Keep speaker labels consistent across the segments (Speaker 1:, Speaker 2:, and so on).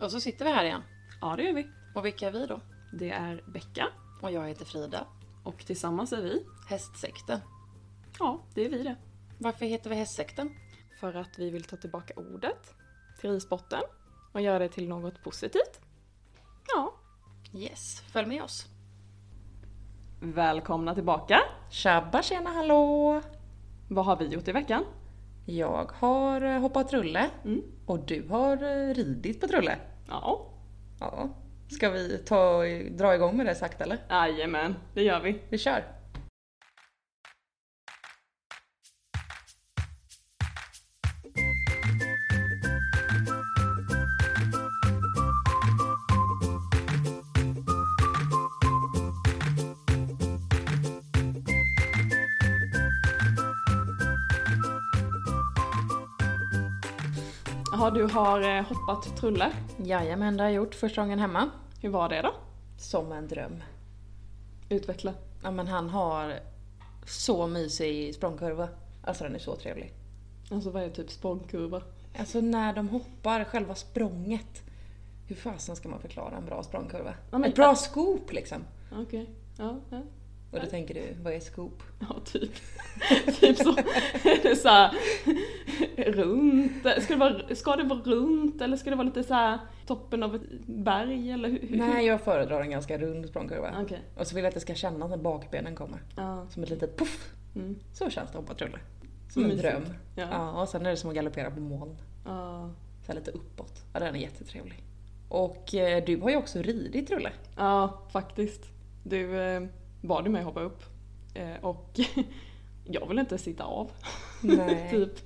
Speaker 1: Och så sitter vi här igen.
Speaker 2: Ja, det gör vi.
Speaker 1: Och vilka är vi då?
Speaker 2: Det är Becka
Speaker 1: Och jag heter Frida.
Speaker 2: och tillsammans är vi,
Speaker 1: Hästsekten.
Speaker 2: ja, det är vi det.
Speaker 1: Varför heter vi Hästsekten?
Speaker 2: För att vi vill ta tillbaka ordet till risbotten och göra det till något positivt. Ja.
Speaker 1: Yes, följ med oss.
Speaker 2: Välkomna tillbaka!
Speaker 1: Tjabba tjena hallå!
Speaker 2: Vad har vi gjort i veckan?
Speaker 1: Jag har eh, hoppat rulle.
Speaker 2: Mm.
Speaker 1: Och du har eh, ridit på trulle.
Speaker 2: Ja.
Speaker 1: Ja. Ska vi ta, eh, dra igång med det sagt eller?
Speaker 2: Jajamän, det gör vi.
Speaker 1: Vi kör!
Speaker 2: Jaha, du har eh, hoppat trulle.
Speaker 1: Jajamän, det har jag gjort första gången hemma.
Speaker 2: Hur var det då?
Speaker 1: Som en dröm.
Speaker 2: Utveckla.
Speaker 1: Ja men han har så mysig språngkurva. Alltså den är så trevlig.
Speaker 2: Alltså vad är typ språngkurva?
Speaker 1: Alltså när de hoppar, själva språnget. Hur fasen ska man förklara en bra språngkurva?
Speaker 2: Ja, men-
Speaker 1: Ett bra scoop liksom.
Speaker 2: Okej. Ja, ja.
Speaker 1: Och då tänker du, vad är scoop?
Speaker 2: ja, typ. typ så. Det är så här, runt. Ska det, vara, ska det vara runt eller ska det vara lite så här toppen av ett berg eller hur? hur-
Speaker 1: Nej, jag föredrar en ganska rund språngkurva.
Speaker 2: Okej.
Speaker 1: Och så vill jag att det ska kännas när bakbenen kommer.
Speaker 2: Ja.
Speaker 1: Som ett litet puff.
Speaker 2: Mm.
Speaker 1: Så känns det att hoppa trulle. Som en
Speaker 2: Mysigt.
Speaker 1: dröm.
Speaker 2: Ja.
Speaker 1: Ja, och sen är det som att galoppera på moln.
Speaker 2: Ja.
Speaker 1: Så här lite uppåt. Ja, den är jättetrevlig. Och eh, du har ju också ridit rulle.
Speaker 2: Ja, faktiskt. Du eh, bad ju mig hoppa upp. Eh, och jag vill inte sitta av.
Speaker 1: Nej.
Speaker 2: typ.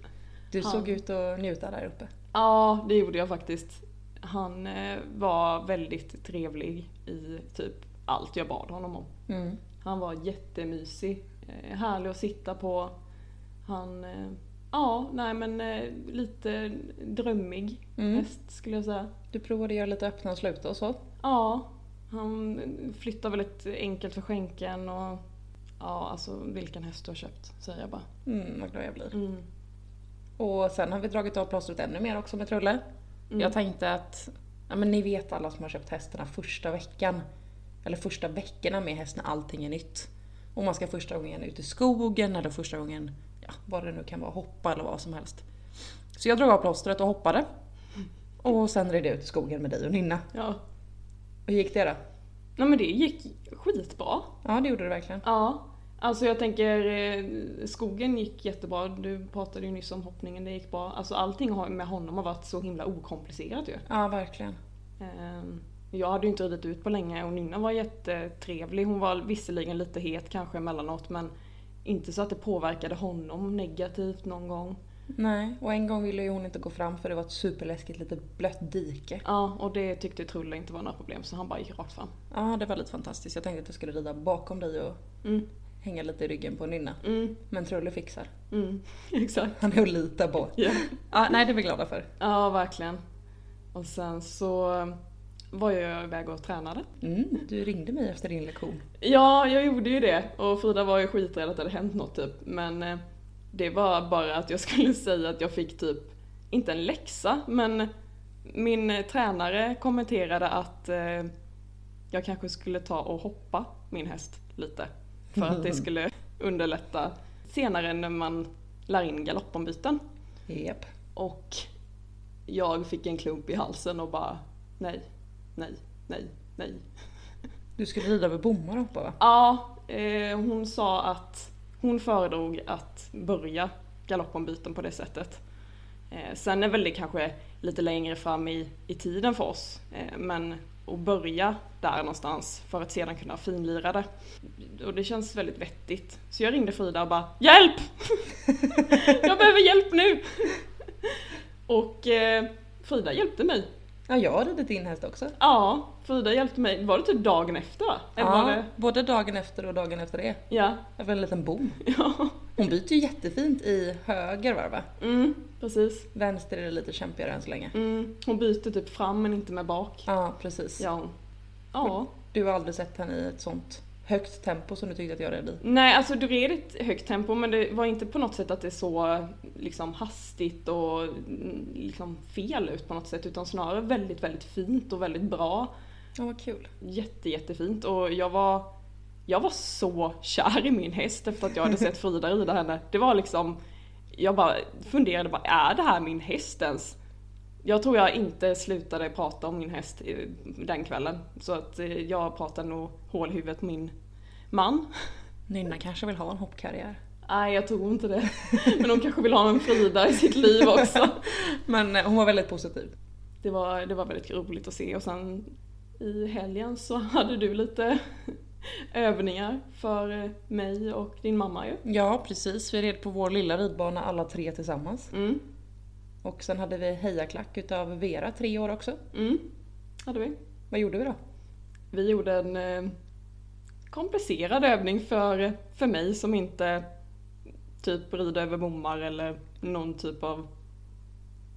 Speaker 1: Du
Speaker 2: Ja.
Speaker 1: såg ut att njuta där uppe.
Speaker 2: Ja, det gjorde jag faktiskt. Han eh, var väldigt trevlig i typ allt jag bad honom om.
Speaker 1: Mm.
Speaker 2: Han var jättemysig. Eh, härlig att sitta på. Han, eh, ja, nej men eh, lite drömmig
Speaker 1: Mm.
Speaker 2: häst skulle jag säga.
Speaker 1: Du provade att göra lite öppna och sluta och så.
Speaker 2: Ja, han flyttar väldigt enkelt för skänken och ja, alltså vilken häst du har köpt säger jag bara.
Speaker 1: Mm, vad glad jag blir.
Speaker 2: Mm.
Speaker 1: Och sen har vi dragit av plåstret ännu mer också med Trulle.
Speaker 2: Mm.
Speaker 1: Jag tänkte att, ja men ni vet alla som har köpt hästarna första veckan. Eller första veckorna med häst när allting är nytt. Och man ska första gången ut i skogen eller första gången, ja vad det nu kan vara, hoppa eller vad som helst. Så jag drog av plåstret och hoppade. Och sen red jag ut i skogen med dig och Nynna.
Speaker 2: Ja.
Speaker 1: Hur gick det då?
Speaker 2: Nej men det gick skitbra.
Speaker 1: Ja det gjorde det verkligen.
Speaker 2: Ja. Alltså jag tänker, eh, skogen gick jättebra. Du pratade ju nyss om hoppningen, det gick bra. Alltså allting har- med honom har varit så himla okomplicerat ju.
Speaker 1: Ja verkligen.
Speaker 2: Ehm, Jag hade ju inte ridit ut på länge och Nynna var jättetrevlig. Hon var visserligen lite het kanske emellanåt men inte så att det påverkade honom negativt någon gång.
Speaker 1: Nej, och en gång ville ju hon inte gå fram för det var ett superläskigt litet blött dike.
Speaker 2: Ja, och det tyckte Trulle inte var några problem så han bara gick rakt fram.
Speaker 1: Ja det var lite fantastiskt. Jag tänkte att jag skulle rida bakom dig och
Speaker 2: Mm,
Speaker 1: hänga lite i ryggen på Nynna.
Speaker 2: mm,
Speaker 1: Men Trulle fixar.
Speaker 2: mm, exakt.
Speaker 1: Han är att lita på.
Speaker 2: Ja.
Speaker 1: Ja, nej, det är vi glada för.
Speaker 2: ja, verkligen. Och sen så var jag iväg och tränade.
Speaker 1: Mm, du ringde mig efter din lektion.
Speaker 2: Ja, jag gjorde ju det och Frida var ju skiträdd att det hade hänt något typ. Men eh, det var bara att jag skulle säga att jag fick typ, inte en läxa, men min eh, tränare kommenterade att eh, jag kanske skulle ta och hoppa min häst lite. För att det skulle underlätta senare när man lär in galoppombyten.
Speaker 1: Jep.
Speaker 2: Och jag fick en klump i halsen och bara nej, nej, nej, nej.
Speaker 1: Du skulle rida över bommar och hoppa va?
Speaker 2: Ja, eh, hon sa att hon föredrog att börja galoppombyten på det sättet. Eh, sen är väl det kanske lite längre fram i, i tiden för oss, eh, men att börja där någonstans för att sedan kunna finlira det. Och det känns väldigt vettigt. Så jag ringde Frida och bara HJÄLP! jag behöver hjälp nu! och eh, Frida hjälpte mig.
Speaker 1: Ja, jag har ridit in häst också.
Speaker 2: Ja, Frida hjälpte mig. Var det typ dagen efter va? Eller var
Speaker 1: Ja,
Speaker 2: det?
Speaker 1: både dagen efter och dagen efter det.
Speaker 2: Ja.
Speaker 1: Över en liten bom.
Speaker 2: ja.
Speaker 1: Hon byter ju jättefint i höger varv va?
Speaker 2: Mm, precis.
Speaker 1: Vänster är det lite kämpigare än så länge.
Speaker 2: Mm, hon byter typ fram men inte med bak.
Speaker 1: Ja, precis.
Speaker 2: Ja. Ja.
Speaker 1: Du har aldrig sett henne i ett sånt högt tempo som du tyckte att jag red i?
Speaker 2: Nej, alltså du red i ett högt tempo men det var inte på något sätt att det såg liksom hastigt och mm, liksom fel ut på något sätt utan snarare väldigt, väldigt fint och väldigt bra.
Speaker 1: Ja, vad kul.
Speaker 2: Jätte, jättefint och jag var, jag var så kär i min häst efter att jag hade sett Frida rida henne. Det var liksom, jag bara funderade bara, är det här min häst ens? Jag tror jag inte slutade prata om min häst eh, den kvällen. Så att eh, jag pratade nog hål i huvudet på min man.
Speaker 1: Nynna kanske vill ha en hoppkarriär.
Speaker 2: Nej, jag tror inte det. Men hon kanske vill ha en Frida i sitt liv också.
Speaker 1: Men eh, hon var väldigt positiv.
Speaker 2: Det var, det var väldigt roligt att se och sen i helgen så hade du lite övningar för eh, mig och din mamma ju.
Speaker 1: Ja, precis. Vi red på vår lilla ridbana alla tre tillsammans.
Speaker 2: Mm,
Speaker 1: Och sen hade vi hejaklack utav Vera, tre år också.
Speaker 2: mm, hade vi.
Speaker 1: Vad gjorde vi då?
Speaker 2: Vi gjorde en eh, komplicerad övning för, för mig som inte typ rider över bommar eller någon typ av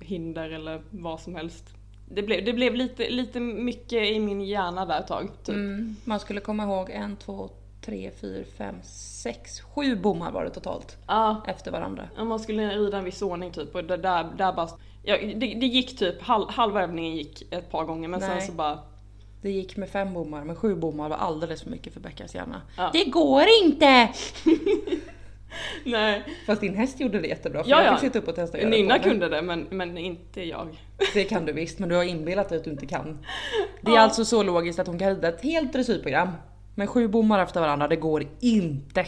Speaker 2: hinder eller vad som helst. Det blev, det blev lite, lite mycket i min hjärna där ett tag. Typ.
Speaker 1: Mm, man skulle komma ihåg en, två, tre, fyra, fem, sex, sju bommar var det totalt.
Speaker 2: Ah,
Speaker 1: Efter varandra.
Speaker 2: Ja, man skulle rida en viss ordning typ och det där, där bara... Ja, det, det gick typ, halv, halva övningen gick ett par gånger men sen
Speaker 1: Nej.
Speaker 2: så bara...
Speaker 1: Det gick med fem bommar, men sju bommar var alldeles för mycket för Beckas hjärna.
Speaker 2: Ja.
Speaker 1: Det går inte!
Speaker 2: Nej,
Speaker 1: Fast din häst gjorde det jättebra, för
Speaker 2: Ja,
Speaker 1: jag
Speaker 2: ja.
Speaker 1: fick sitta upp och testa att göra det på
Speaker 2: Nina
Speaker 1: henne.
Speaker 2: kunde det men, men inte jag.
Speaker 1: Det kan du visst, men du har inbillat dig att du inte kan. Det är
Speaker 2: Ja.
Speaker 1: alltså så logiskt att hon kan rida ett helt dressyrprogram. Men sju bommar efter varandra, det går inte.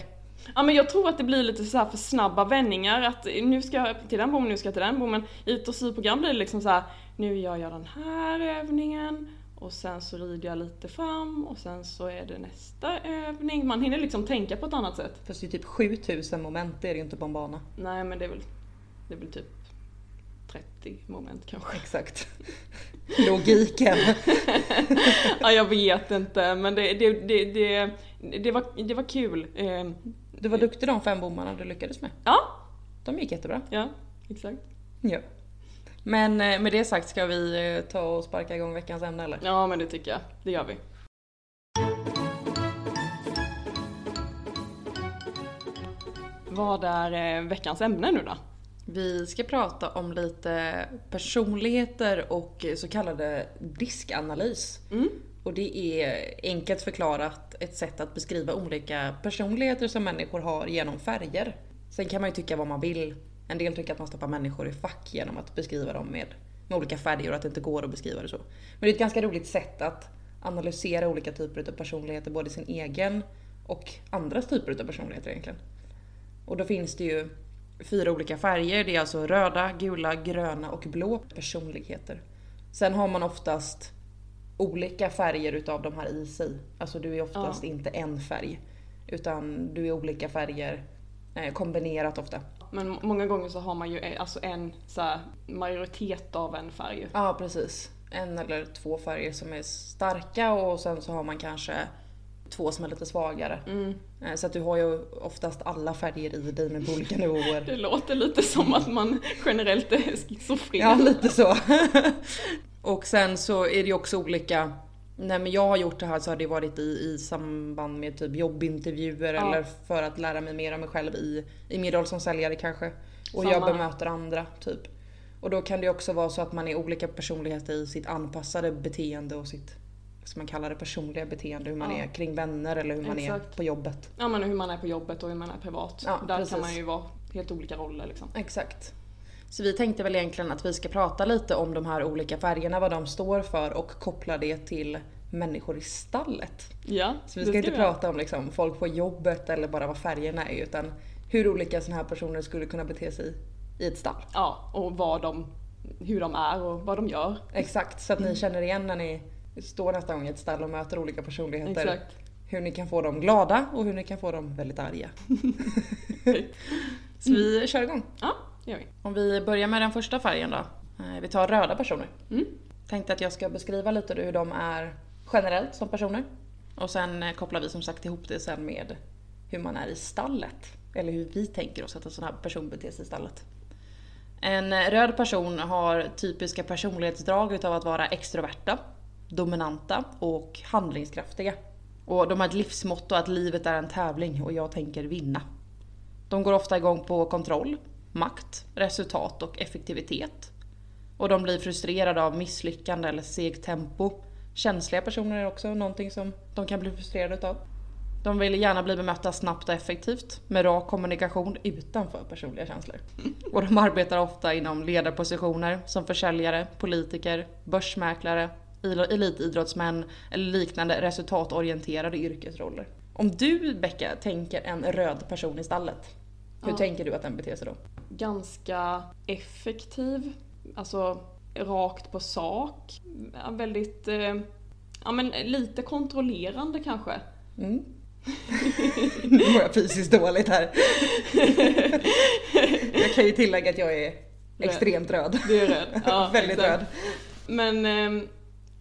Speaker 2: Ja men jag tror att det blir lite så här för snabba vändningar att nu ska jag till den bommen, nu ska jag till den bommen. I ett dressyrprogram blir det liksom så här, nu gör jag den här övningen och sen så rider jag lite fram och sen så är det nästa övning. Man hinner liksom tänka på ett annat sätt.
Speaker 1: Fast det är typ 7000 moment, det är det ju inte på en bana.
Speaker 2: Nej men det är väl, det är väl typ 30 moment kanske.
Speaker 1: Exakt. Logiken.
Speaker 2: ja, jag vet inte, men det, det, det, det, det, var, det var kul. Eh,
Speaker 1: Du var duktig de fem bommarna du lyckades med.
Speaker 2: Ja,
Speaker 1: De gick jättebra.
Speaker 2: ja, exakt.
Speaker 1: Ja. Men eh, med det sagt ska vi eh, ta och sparka igång veckans ämne eller?
Speaker 2: Ja, men det tycker jag. Det gör vi. Vad är eh, veckans ämne nu då?
Speaker 1: Vi ska prata om lite personligheter och så kallade diskanalys.
Speaker 2: Mm.
Speaker 1: Och det är enkelt förklarat ett sätt att beskriva olika personligheter som människor har genom färger. Sen kan man ju tycka vad man vill. En del tycker att man stoppar människor i fack genom att beskriva dem med, med olika färger och att det inte går att beskriva det så. Men det är ett ganska roligt sätt att analysera olika typer av personligheter, både sin egen och andras typer av personligheter egentligen. Och då finns det ju fyra olika färger. Det är alltså röda, gula, gröna och blå personligheter. Sen har man oftast olika färger utav de här i sig. Alltså du är oftast inte en färg. Utan du är olika färger eh, kombinerat ofta.
Speaker 2: Men må- många gånger så har man ju eh, alltså en så här, majoritet av en färg. ju.
Speaker 1: Ja precis. En eller två färger som är starka och sen så har man kanske två som är lite svagare.
Speaker 2: Mm.
Speaker 1: Eh, Så att du har ju oftast alla färger i dig men på olika nivåer.
Speaker 2: Det låter lite som att man generellt är schizofren.
Speaker 1: Ja, lite så. och sen så är det ju också olika. Nej men jag har gjort det här så har det varit i, i samband med typ jobbintervjuer
Speaker 2: Ja.
Speaker 1: eller för att lära mig mer om mig själv i, i min roll som säljare kanske. Och jag
Speaker 2: Samma.
Speaker 1: bemöter andra typ. Och då kan det ju också vara så att man är olika personligheter i sitt anpassade beteende och sitt som man kallar det personliga beteende. Hur man
Speaker 2: Ja.
Speaker 1: är kring vänner eller hur man är
Speaker 2: Exakt.
Speaker 1: på jobbet.
Speaker 2: Ja men hur man är på jobbet och hur man är privat.
Speaker 1: Ja,
Speaker 2: Där
Speaker 1: precis.
Speaker 2: kan man ju vara helt olika roller liksom.
Speaker 1: Exakt. Så vi tänkte väl egentligen att vi ska prata lite om de här olika färgerna, vad de står för och koppla det till människor i stallet.
Speaker 2: Ja,
Speaker 1: Så vi ska inte prata om liksom folk på jobbet eller bara vad färgerna är utan hur olika sådana här personer skulle kunna bete sig i ett stall.
Speaker 2: Ja, och vad de, hur de är och vad de gör.
Speaker 1: Exakt, så att ni känner igen när ni står nästa gång i ett stall och möter olika personligheter.
Speaker 2: Exakt.
Speaker 1: Hur ni kan få dem glada och hur ni kan få dem väldigt arga. Så vi kör igång.
Speaker 2: typ. Ja, det gör vi.
Speaker 1: Om vi börjar med den första färgen då. Eh, Vi tar röda personer.
Speaker 2: Mm.
Speaker 1: Tänkte att jag ska beskriva lite hur de är generellt som personer. Och sen eh, kopplar vi som sagt ihop det sen med hur man är i stallet. Eller hur vi tänker oss att en sån här person beter sig i stallet. En eh, röd person har typiska personlighetsdrag utav att vara extroverta, dominanta och handlingskraftiga. Och de har ett livsmotto att livet är en tävling och jag tänker vinna. De går ofta igång på kontroll, makt, resultat och effektivitet. Och de blir frustrerade av misslyckande eller segt tempo. Känsliga personer är också någonting som de kan bli frustrerade utav. De vill gärna bli bemötta snabbt och effektivt med rak kommunikation utanför personliga känslor. Och de arbetar ofta inom ledarpositioner som försäljare, politiker, börsmäklare, il- elitidrottsmän eller liknande resultatorienterade yrkesroller. Om du Becka tänker en röd person i stallet, hur
Speaker 2: Ja.
Speaker 1: tänker du att den beter sig då?
Speaker 2: ganska effektiv, alltså rakt på sak. Ja, Väldigt, eh, ja men lite kontrollerande kanske.
Speaker 1: Mm. nu mår jag fysiskt dåligt här. jag kan ju tillägga att jag är extremt röd.
Speaker 2: Du är röd. Ja,
Speaker 1: Väldigt
Speaker 2: exakt.
Speaker 1: röd.
Speaker 2: Men eh,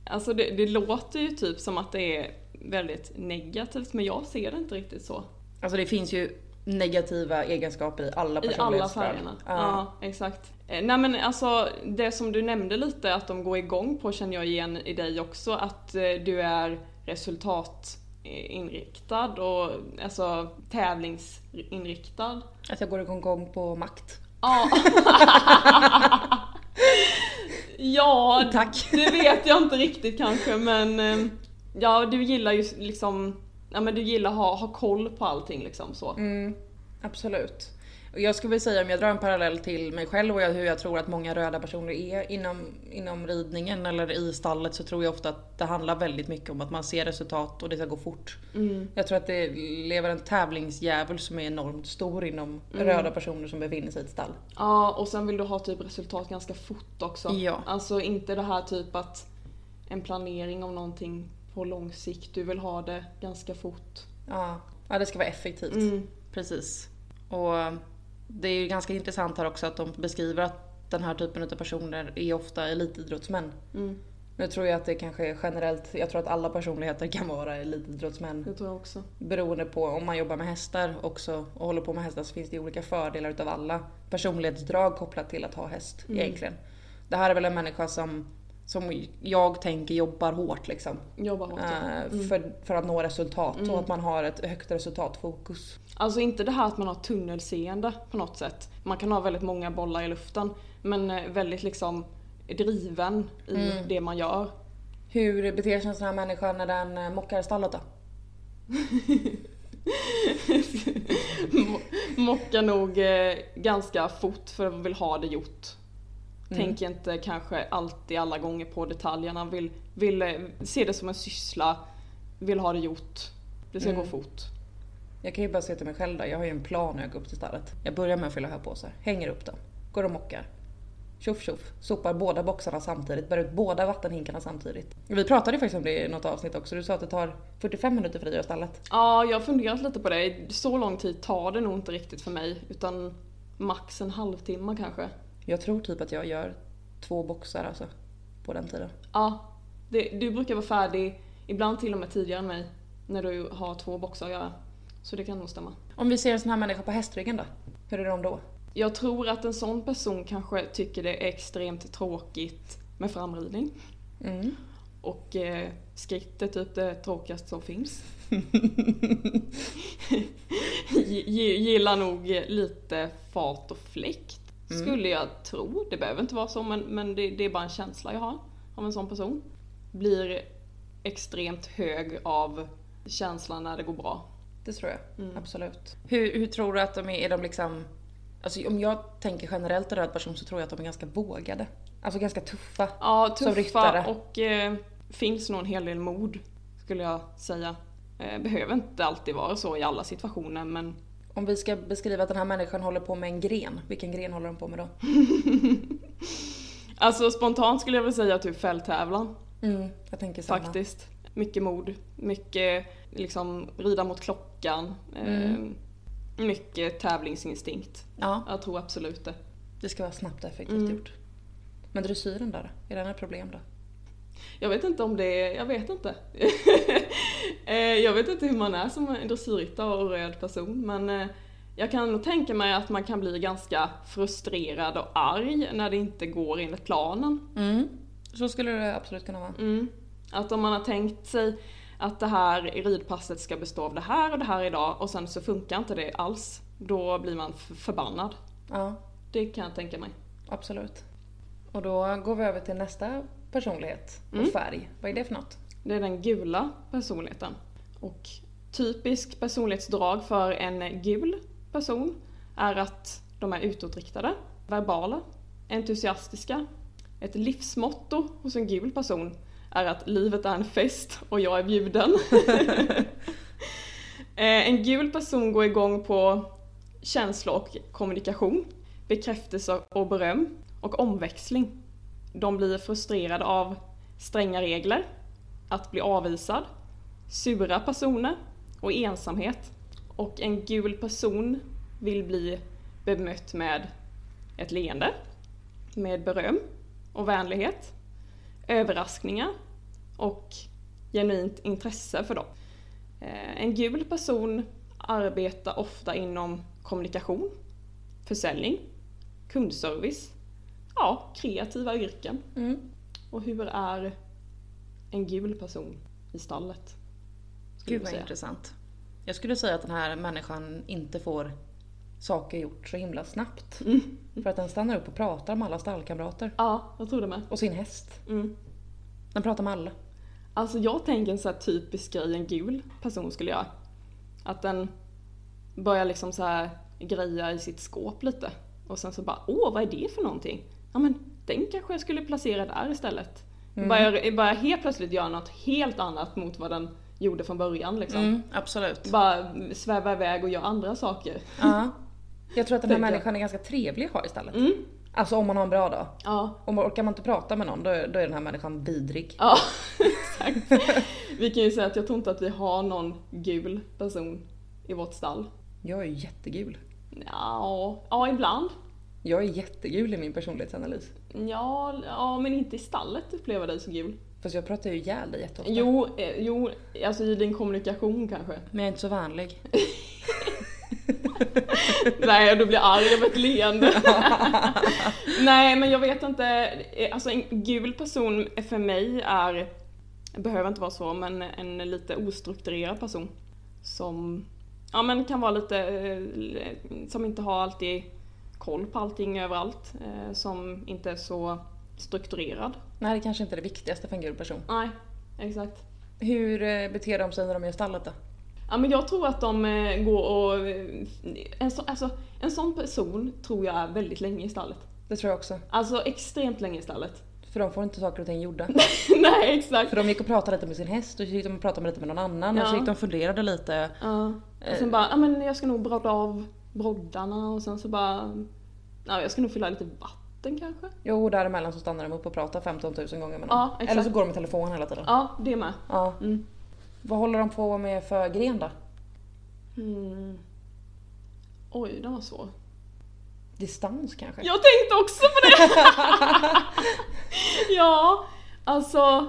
Speaker 2: alltså det, det låter ju typ som att det är väldigt negativt men jag ser det inte riktigt så.
Speaker 1: Alltså det finns ju negativa egenskaper i alla
Speaker 2: I alla
Speaker 1: personlighetsdrag.
Speaker 2: färgerna. Ja.
Speaker 1: Ja.
Speaker 2: exakt. Eh, Nej men alltså det som du nämnde lite att de går igång på känner jag igen i dig också. Att eh, du är resultatinriktad och alltså tävlingsinriktad.
Speaker 1: Att jag går igång på makt.
Speaker 2: Ja. ja,
Speaker 1: Tack.
Speaker 2: det vet jag inte riktigt kanske men eh, ja du gillar ju liksom Ja men du gillar ha, ha koll på allting liksom så.
Speaker 1: Mm, absolut. Och jag skulle vilja säga om jag drar en parallell till mig själv och jag- hur jag tror att många röda personer är inom, inom ridningen eller i stallet så tror jag ofta att det handlar väldigt mycket om att man ser resultat och det ska gå fort.
Speaker 2: Mm.
Speaker 1: Jag tror att det lever en tävlingsdjävul som är enormt stor inom röda personer som befinner sig i ett stall.
Speaker 2: Ja, och sen vill du ha typ resultat ganska fort också.
Speaker 1: Ja.
Speaker 2: Alltså inte det här typ att en planering om någonting på lång sikt. Du vill ha det ganska fort.
Speaker 1: Ja, ja det ska vara effektivt.
Speaker 2: Mm.
Speaker 1: Precis. Och det är ju ganska intressant här också att de beskriver att den här typen av personer är ofta elitidrottsmän.
Speaker 2: Mm,
Speaker 1: Nu tror jag att det kanske är generellt, jag tror att alla personligheter kan vara elitidrottsmän.
Speaker 2: det tror jag också.
Speaker 1: Beroende på om man jobbar med hästar också och håller på med hästar så finns det ju olika fördelar utav alla personlighetsdrag kopplat till att ha häst
Speaker 2: Mm.
Speaker 1: egentligen. Det här är väl en människa som, som jag tänker jobbar hårt liksom.
Speaker 2: Jobba hårt. ja. Mm.
Speaker 1: Eh, för, för att nå resultat och att man har ett högt resultatfokus.
Speaker 2: Alltså inte det här att man har tunnelseende på något sätt. Man kan ha väldigt många bollar i luften. Men eh, väldigt liksom driven i det man gör.
Speaker 1: Hur beter sig en sån här människa när den eh, mockar stallet då?
Speaker 2: Mo- Mockar nog eh, ganska fort för vill ha det gjort. Tänker inte kanske alltid alla gånger på detaljerna. Vill, vill eh, se det som en syssla. Vill ha det gjort. Det ska gå fort.
Speaker 1: Jag kan ju bara se till mig själv då. Jag har ju en plan när jag går upp till stallet. Jag börjar med att fylla höpåsar, hänger upp dem, går och mockar. Tjoff tjoff, sopar båda boxarna samtidigt, bär ut båda vattenhinkarna samtidigt. Vi pratade ju faktiskt om det i något avsnitt också. Du sa att det tar 45 minuter för dig att göra stallet.
Speaker 2: Ja, jag har funderat lite på det. Så lång tid tar det nog inte riktigt för mig. Utan max en halvtimme kanske.
Speaker 1: Jag tror typ att jag gör två boxar alltså, på den tiden.
Speaker 2: Ja, det, du brukar vara färdig, ibland till och med tidigare än mig, när du har två boxar att göra. Så det kan nog stämma.
Speaker 1: Om vi ser en sån här människa på hästryggen då? Hur är de då?
Speaker 2: Jag tror att en sån person kanske tycker det är extremt tråkigt med framridning.
Speaker 1: Mm.
Speaker 2: Och eh, skritt är typ det tråkigaste som finns. G- gillar nog lite fart och fläkt. Skulle jag tro. Det behöver inte vara så men, men det, det är bara en känsla jag har av en sån person. Blir extremt hög av känslan när det går bra.
Speaker 1: Det tror jag, absolut. Hur, hur tror du att de är? Är de liksom... Alltså om jag tänker generellt en röd person så tror jag att de är ganska vågade. Alltså ganska tuffa.
Speaker 2: Ja,
Speaker 1: Som ryttare.
Speaker 2: tuffa och eh, finns nog en hel del mod skulle jag säga. Eh, behöver inte alltid vara så i alla situationer men
Speaker 1: Om vi ska beskriva att den här människan håller på med en gren, vilken gren håller de på med då?
Speaker 2: Alltså spontant skulle jag väl säga typ fälttävlan
Speaker 1: Mm, jag tänker samma.
Speaker 2: faktiskt. Mycket mod, mycket liksom rida mot klockan. eh,
Speaker 1: Mm.
Speaker 2: Mycket tävlingsinstinkt.
Speaker 1: Ja,
Speaker 2: Jag tror absolut det.
Speaker 1: det ska vara snabbt och effektivt gjort. Men dressyren där då? Är den ett problem då?
Speaker 2: Jag vet inte om det är, jag vet inte. Eh, jag vet inte hur man är som en dressyrryttare och röd person men eh, jag kan nog tänka mig att man kan bli ganska frustrerad och arg när det inte går enligt planen.
Speaker 1: Mm. Så skulle det absolut kunna vara.
Speaker 2: Mm. Att om man har tänkt sig att det här ridpasset ska bestå av det här och det här idag och sen så funkar inte det alls. Då blir man f- förbannad.
Speaker 1: Ja,
Speaker 2: Det kan jag tänka mig.
Speaker 1: absolut. Och då går vi över till nästa personlighet och
Speaker 2: Mm.
Speaker 1: färg. Vad är det för något?
Speaker 2: Det är den gula personligheten. Och typiskt personlighetsdrag för en gul person är att de är utåtriktade, verbala, entusiastiska. Ett livsmotto hos en gul person är att livet är en fest och jag är bjuden. Eh, en gul person går igång på känsla och kommunikation, bekräftelse och beröm och omväxling. De blir frustrerade av stränga regler, att bli avvisad, sura personer och ensamhet. Och en gul person vill bli bemött med ett leende, med beröm och vänlighet, överraskningar och genuint intresse för dem. Eh, En gul person arbetar ofta inom kommunikation, försäljning, kundservice, ja, kreativa yrken.
Speaker 1: Mm.
Speaker 2: Och hur är en gul person i stallet? Skulle
Speaker 1: Gud
Speaker 2: du
Speaker 1: vad
Speaker 2: säga.
Speaker 1: intressant. Jag skulle säga att den här människan inte får saker gjort så himla snabbt. För att den stannar upp och pratar med alla stallkamrater.
Speaker 2: Ja, jag tror det med.
Speaker 1: Och sin häst.
Speaker 2: Mm.
Speaker 1: Den pratar med alla.
Speaker 2: Alltså jag tänker en så här typisk grej en gul person skulle göra. Att den börjar liksom så här greja i sitt skåp lite. Och sen så bara, åh vad är det för någonting? Ja men den kanske jag skulle placera där istället.
Speaker 1: Mm.
Speaker 2: Börjar, börjar helt plötsligt göra något helt annat mot vad den gjorde från början liksom.
Speaker 1: Mm, absolut.
Speaker 2: Bara sväva iväg och göra andra saker.
Speaker 1: Ja. Jag tror att den här
Speaker 2: Tänker jag.
Speaker 1: människan är ganska trevlig att ha istället.
Speaker 2: Mm.
Speaker 1: Alltså om man har en bra dag.
Speaker 2: Ja,
Speaker 1: Om man orkar man inte prata med någon då är, då är den här människan vidrig.
Speaker 2: Ja, exakt. Vi kan ju säga att jag tror inte att vi har någon gul person i vårt stall.
Speaker 1: Jag är ju jättegul.
Speaker 2: Ja, ja ibland.
Speaker 1: Jag är jättegul i min personlighetsanalys.
Speaker 2: Ja, ja, men inte i stallet upplever jag dig som gul.
Speaker 1: Fast jag pratar ju ihjäl dig jätteofta.
Speaker 2: Jo, eh, jo, alltså i din kommunikation kanske.
Speaker 1: Men jag är inte så vänlig.
Speaker 2: Nej, du blir arg över ett leende. Nej, men jag vet inte. Eh, Alltså en gul person för mig är, behöver inte vara så, men en lite ostrukturerad person. Som, ja men kan vara lite, eh, som inte har alltid koll på allting överallt. eh, Som inte är så strukturerad.
Speaker 1: Nej det kanske inte är det viktigaste för en gul person.
Speaker 2: Nej, exakt.
Speaker 1: Hur eh, beter de sig när de är i stallet då?
Speaker 2: Ja men jag tror att de eh, går och... eh, En, så, alltså, en sån person tror jag är väldigt länge i stallet.
Speaker 1: Det tror jag också.
Speaker 2: Alltså extremt länge i stallet.
Speaker 1: För de får inte saker och ting gjorda.
Speaker 2: Nej exakt.
Speaker 1: För de gick och pratade lite med sin häst och så gick de och pratade med lite med någon annan och så
Speaker 2: Ja.
Speaker 1: gick de och funderade lite.
Speaker 2: Ja. Och sen bara, ja men jag ska nog brodda av broddarna och sen så bara, ja jag ska nog fylla i lite vatten kanske.
Speaker 1: Jo och däremellan så stannar de upp och pratar 15 000 gånger med någon.
Speaker 2: Ja, exakt.
Speaker 1: Eller så går de med telefon hela tiden.
Speaker 2: Ja, det med.
Speaker 1: Ja.
Speaker 2: Mm.
Speaker 1: Vad håller de på med för gren då?
Speaker 2: Mm. Oj, den var svår.
Speaker 1: Distans kanske?
Speaker 2: Jag tänkte också på det! ja, alltså,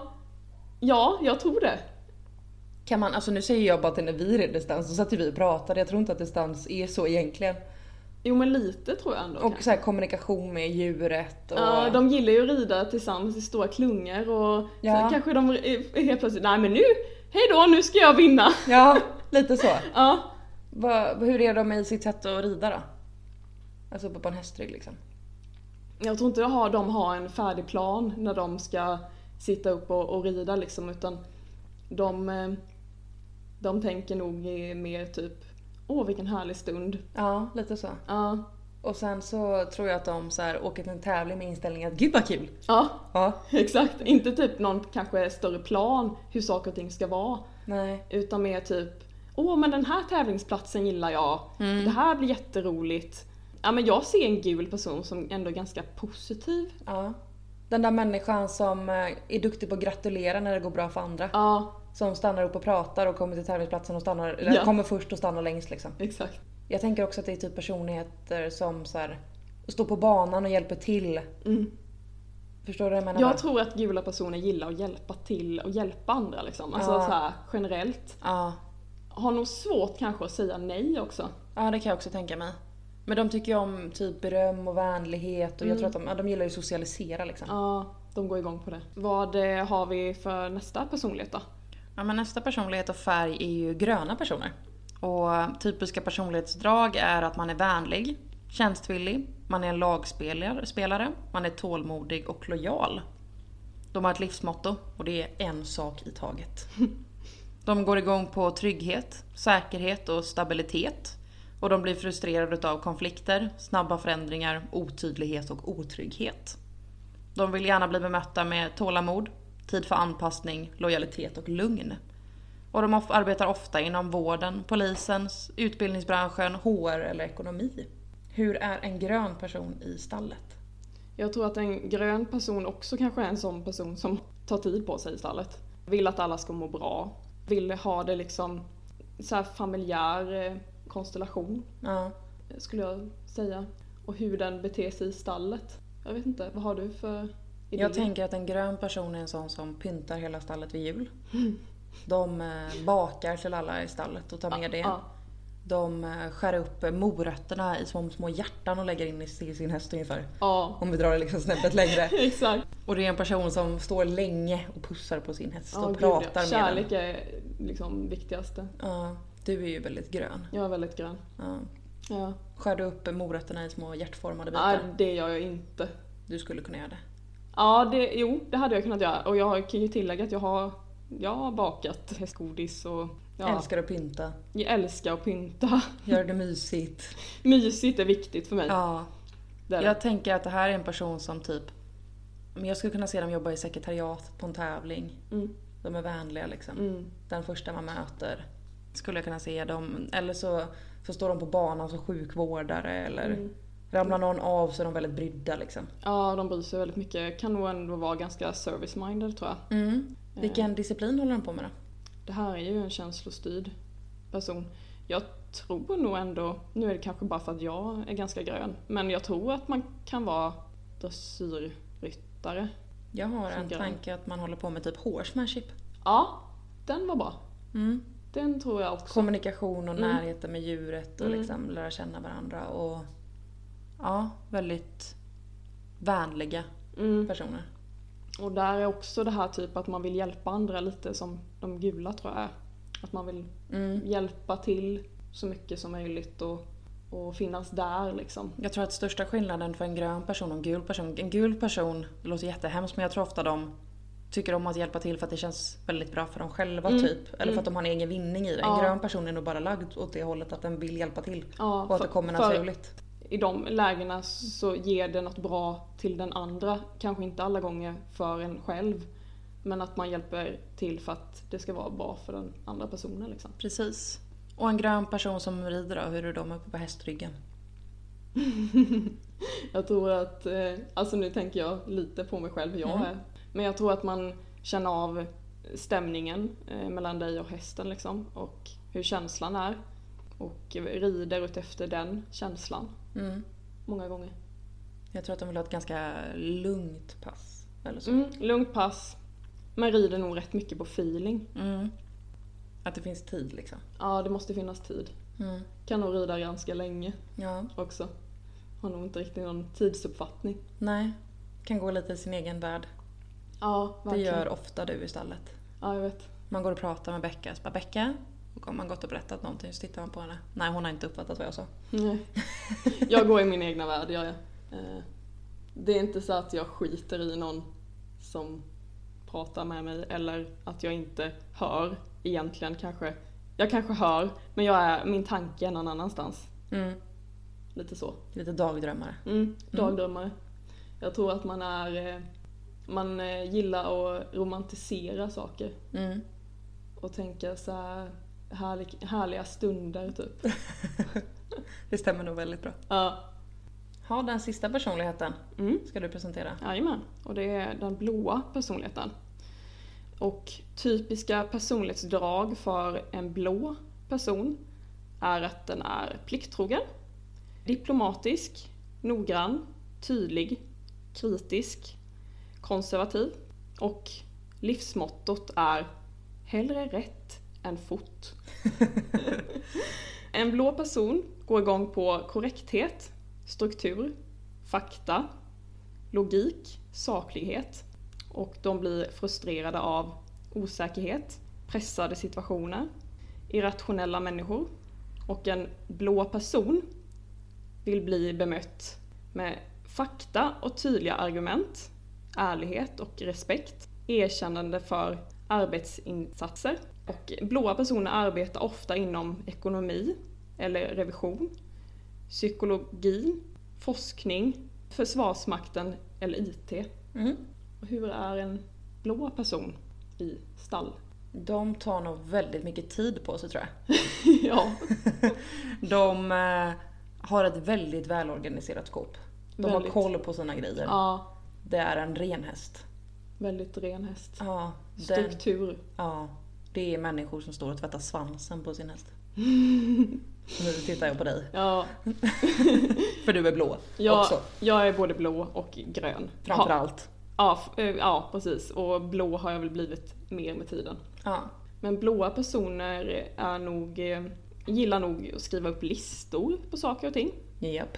Speaker 2: ja jag tror det.
Speaker 1: Kan man, alltså nu säger jag bara att när vi är i distans, så satt ju vi och pratade. Jag tror inte att distans är så egentligen.
Speaker 2: Jo men lite tror jag ändå.
Speaker 1: Och så här, kommunikation med djuret och...
Speaker 2: Ja, de gillar ju att rida tillsammans i stora klungor och
Speaker 1: Ja.
Speaker 2: så kanske de eh, helt plötsligt, nej men nu, hej då, nu ska jag vinna!
Speaker 1: ja lite så.
Speaker 2: Ja,
Speaker 1: Va, hur är de i sitt sätt att rida då? Alltså uppe på en hästrygg liksom.
Speaker 2: Jag tror inte jag har, de har en färdig plan när de ska sitta upp och, och rida liksom utan de, eh, de tänker nog i mer typ Åh vilken härlig stund.
Speaker 1: Ja, lite så.
Speaker 2: Ja,
Speaker 1: Och sen så tror jag att de så här, åker till en tävling med inställningen att gud vad kul!
Speaker 2: ja
Speaker 1: Ja,
Speaker 2: exakt. Inte typ någon kanske större plan hur saker och ting ska vara
Speaker 1: nej.
Speaker 2: utan mer typ Åh men den här tävlingsplatsen gillar jag. Det här blir jätteroligt. Ja men jag ser en gul person som ändå är ganska positiv.
Speaker 1: Ja. Den där människan som eh, är duktig på att gratulera när det går bra för andra.
Speaker 2: Ja,
Speaker 1: Som stannar upp och pratar och kommer till tävlingsplatsen och stannar, eller
Speaker 2: Ja.
Speaker 1: kommer först och stannar längst liksom.
Speaker 2: exakt.
Speaker 1: Jag tänker också att det är typ personligheter som så här, står på banan och hjälper till.
Speaker 2: Mm.
Speaker 1: Förstår du vad jag menar?
Speaker 2: Jag tror att gula personer gillar att hjälpa till och hjälpa andra liksom. Alltså
Speaker 1: Ja.
Speaker 2: så här, generellt.
Speaker 1: ja.
Speaker 2: Har nog svårt kanske att säga nej också.
Speaker 1: ja, det kan jag också tänka mig. Men de tycker ju om typ beröm och vänlighet och jag tror att de, ja, de gillar ju att socialisera liksom.
Speaker 2: Ja, de går igång på det. Vad eh, har vi för nästa personlighet då?
Speaker 1: Ja, men nästa personlighet och färg är ju gröna personer. Och typiska personlighetsdrag är att man är vänlig, tjänstvillig, man är en lagspelare, spelare, man är tålmodig och lojal. De har ett livsmotto och det är en sak i taget. De går igång på trygghet, säkerhet och stabilitet. Och de blir frustrerade av konflikter, snabba förändringar, otydlighet och otrygghet. De vill gärna bli bemötta med tålamod, tid för anpassning, lojalitet och lugn. Och de of- arbetar ofta inom vården, polisens, utbildningsbranschen, HR eller ekonomi. Hur är en grön person i stallet?
Speaker 2: Jag tror att en grön person också kanske är en sån person som tar tid på sig i stallet. Vill att alla ska må bra. Vill ha det liksom så här familjär eh, konstellation,
Speaker 1: Ja.
Speaker 2: eh, skulle jag säga. Och hur den beter sig i stallet. Jag vet inte, vad har du för idéer?
Speaker 1: Jag tänker att en grön person är en sån som pyntar hela stallet vid jul. De eh, bakar till alla i stallet och tar med det.
Speaker 2: Ja,
Speaker 1: De eh, skär upp eh, morötterna i små, små hjärtan och lägger in i till sin häst ungefär.
Speaker 2: ja.
Speaker 1: Om vi drar det liksom snäppet längre.
Speaker 2: exakt.
Speaker 1: Och det är en person som står länge och pussar på sin häst
Speaker 2: Ja,
Speaker 1: Typ och
Speaker 2: gud,
Speaker 1: pratar med den.
Speaker 2: ja. Kärlek är liksom viktigaste.
Speaker 1: Ja, du är ju väldigt grön.
Speaker 2: Jag är väldigt grön.
Speaker 1: Ja.
Speaker 2: Ja.
Speaker 1: Skär du upp morötterna i små hjärtformade bitar?
Speaker 2: Nej, det gör jag inte.
Speaker 1: Du skulle kunna göra det.
Speaker 2: Ja, det, jo, det hade jag kunnat göra. Och jag kan ju tillägga att jag har, jag har bakat hästgodis och ja,
Speaker 1: Älskar att pynta.
Speaker 2: jag älskar att pynta.
Speaker 1: Gör det mysigt.
Speaker 2: Mysigt är viktigt för mig.
Speaker 1: Ja.
Speaker 2: Det är det.
Speaker 1: Jag tänker att det här är en person som typ... Men jag skulle kunna se dem jobba i sekretariat på en tävling.
Speaker 2: Mm,
Speaker 1: De är vänliga liksom.
Speaker 2: mm.
Speaker 1: Den första man möter. Skulle jag kunna se dem. Eller så, så står de på banan som sjukvårdare eller
Speaker 2: Mm.
Speaker 1: ramlar någon av så är de väldigt brydda liksom.
Speaker 2: Ja, de bryr sig väldigt mycket. Kan nog ändå vara ganska service-minded tror jag.
Speaker 1: Mm.
Speaker 2: Eh.
Speaker 1: Vilken disciplin håller de på med då?
Speaker 2: Det här är ju en känslostyrd person. Jag tror nog ändå, nu är det kanske bara för att jag är ganska grön, men jag tror att man kan vara dressyrryttare.
Speaker 1: Jag har en
Speaker 2: Funkar det?
Speaker 1: tanke att man håller på med typ horsemanship.
Speaker 2: Ja, den var bra.
Speaker 1: Mm.
Speaker 2: Den tror jag också.
Speaker 1: Kommunikation och
Speaker 2: Mm.
Speaker 1: närheten med djuret och
Speaker 2: Mm.
Speaker 1: liksom lära känna varandra och... Ja, väldigt vänliga
Speaker 2: Mm.
Speaker 1: personer.
Speaker 2: Och där är också det här typ att man vill hjälpa andra lite som de gula tror jag är. Att man vill
Speaker 1: Mm.
Speaker 2: hjälpa till så mycket som möjligt och, och finnas där liksom.
Speaker 1: Jag tror att största skillnaden för en grön person och en gul person, en gul person, det låter jättehemskt men jag tror ofta de tycker om att hjälpa till för att det känns väldigt bra för dem själva
Speaker 2: Mm.
Speaker 1: typ. Eller för att de har en egen vinning i det. En
Speaker 2: Ja.
Speaker 1: grön person är nog bara lagd åt det hållet att den vill hjälpa till.
Speaker 2: Ja,
Speaker 1: Och att
Speaker 2: för-
Speaker 1: det kommer
Speaker 2: för
Speaker 1: naturligt.
Speaker 2: I de lägena så ger det något bra till den andra. Kanske inte alla gånger för en själv. Men att man hjälper till för att det ska vara bra för den andra personen liksom.
Speaker 1: Precis. Och en grön person som rider då, hur är de uppe på hästryggen?
Speaker 2: Jag tror att, eh, alltså nu tänker jag lite på mig själv hur jag
Speaker 1: Mm.
Speaker 2: är. Men jag tror att man känner av stämningen eh, mellan dig och hästen liksom. Och hur känslan är. Och rider ut efter den känslan.
Speaker 1: Mm.
Speaker 2: Många gånger.
Speaker 1: Jag tror att de vill ha ett ganska lugnt pass. Eller så.
Speaker 2: Mm, lugnt pass. Man rider nog rätt mycket på feeling.
Speaker 1: Mm. Att det finns tid liksom.
Speaker 2: Ja, det måste finnas tid.
Speaker 1: Mm.
Speaker 2: Kan nog rida ganska länge
Speaker 1: Ja.
Speaker 2: också. Har nog inte riktigt någon tidsuppfattning.
Speaker 1: Nej. Kan gå lite i sin egen värld.
Speaker 2: Ja,
Speaker 1: Det
Speaker 2: verkligen.
Speaker 1: gör ofta du i stallet.
Speaker 2: Ja, jag vet.
Speaker 1: Man går och pratar med Becka och så bara Becka. Och om man gått och berättat någonting så tittar man på henne. Nej hon har inte uppfattat vad jag sa.
Speaker 2: Nej. Jag går i min egna värld, gör jag. Eh, Det är inte så att jag skiter i någon som pratar med mig eller att jag inte hör egentligen kanske. Jag kanske hör, men jag är, min tanke är någon annanstans.
Speaker 1: Mm.
Speaker 2: Lite så.
Speaker 1: Lite dagdrömmare.
Speaker 2: Mm, dagdrömmare. Jag tror att man är... eh, Man eh, gillar att romantisera saker
Speaker 1: Mm.
Speaker 2: och tänka så här härlig, härliga stunder typ.
Speaker 1: Det stämmer nog väldigt bra.
Speaker 2: Ja.
Speaker 1: Ha den sista personligheten
Speaker 2: Mm.
Speaker 1: ska du presentera.
Speaker 2: Jajamän, och det är den blåa personligheten. Och typiska personlighetsdrag för en blå person är att den är plikttrogen, diplomatisk, noggrann, tydlig, kritisk, konservativ och livsmottot är hellre rätt än fort. en blå person går igång på korrekthet, struktur, fakta, logik, saklighet och de blir frustrerade av osäkerhet, pressade situationer, irrationella människor och en blå person vill bli bemött med fakta och tydliga argument, ärlighet och respekt, erkännande för arbetsinsatser. Och blåa personer arbetar ofta inom ekonomi eller revision, psykologi, forskning, Försvarsmakten eller IT.
Speaker 1: Mm.
Speaker 2: Och Hur är en blå person i stall?
Speaker 1: De tar nog väldigt mycket tid på sig tror jag.
Speaker 2: ja,
Speaker 1: De eh, har ett väldigt välorganiserat skåp. De
Speaker 2: Väldigt.
Speaker 1: har koll på sina grejer.
Speaker 2: ja,
Speaker 1: Det är en ren häst.
Speaker 2: väldigt ren häst.
Speaker 1: Ja, den,
Speaker 2: Struktur.
Speaker 1: ja, det är människor som står och tvättar svansen på sin häst. nu tittar jag på dig,
Speaker 2: Ja,
Speaker 1: för du är blå
Speaker 2: jag,
Speaker 1: också.
Speaker 2: jag är både blå och grön. Ja,
Speaker 1: Framförallt.
Speaker 2: ja, f- eh, ja, precis. Och blå har jag väl blivit mer med tiden.
Speaker 1: Ja.
Speaker 2: Men blåa personer är nog, eh, gillar nog att skriva upp listor på saker och ting.
Speaker 1: Japp.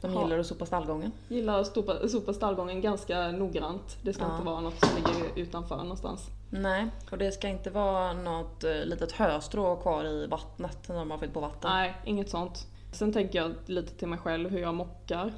Speaker 1: De
Speaker 2: Ja.
Speaker 1: gillar att sopa stallgången.
Speaker 2: Gillar att sopa, sopa stallgången ganska noggrant. Det ska
Speaker 1: Ja.
Speaker 2: inte vara något som ligger utanför någonstans.
Speaker 1: Nej, och det ska inte vara något eh, litet höstrå kvar i vattnet när de har fyllt på vatten.
Speaker 2: Nej, inget sånt. Sen tänker jag lite till mig själv hur jag mockar.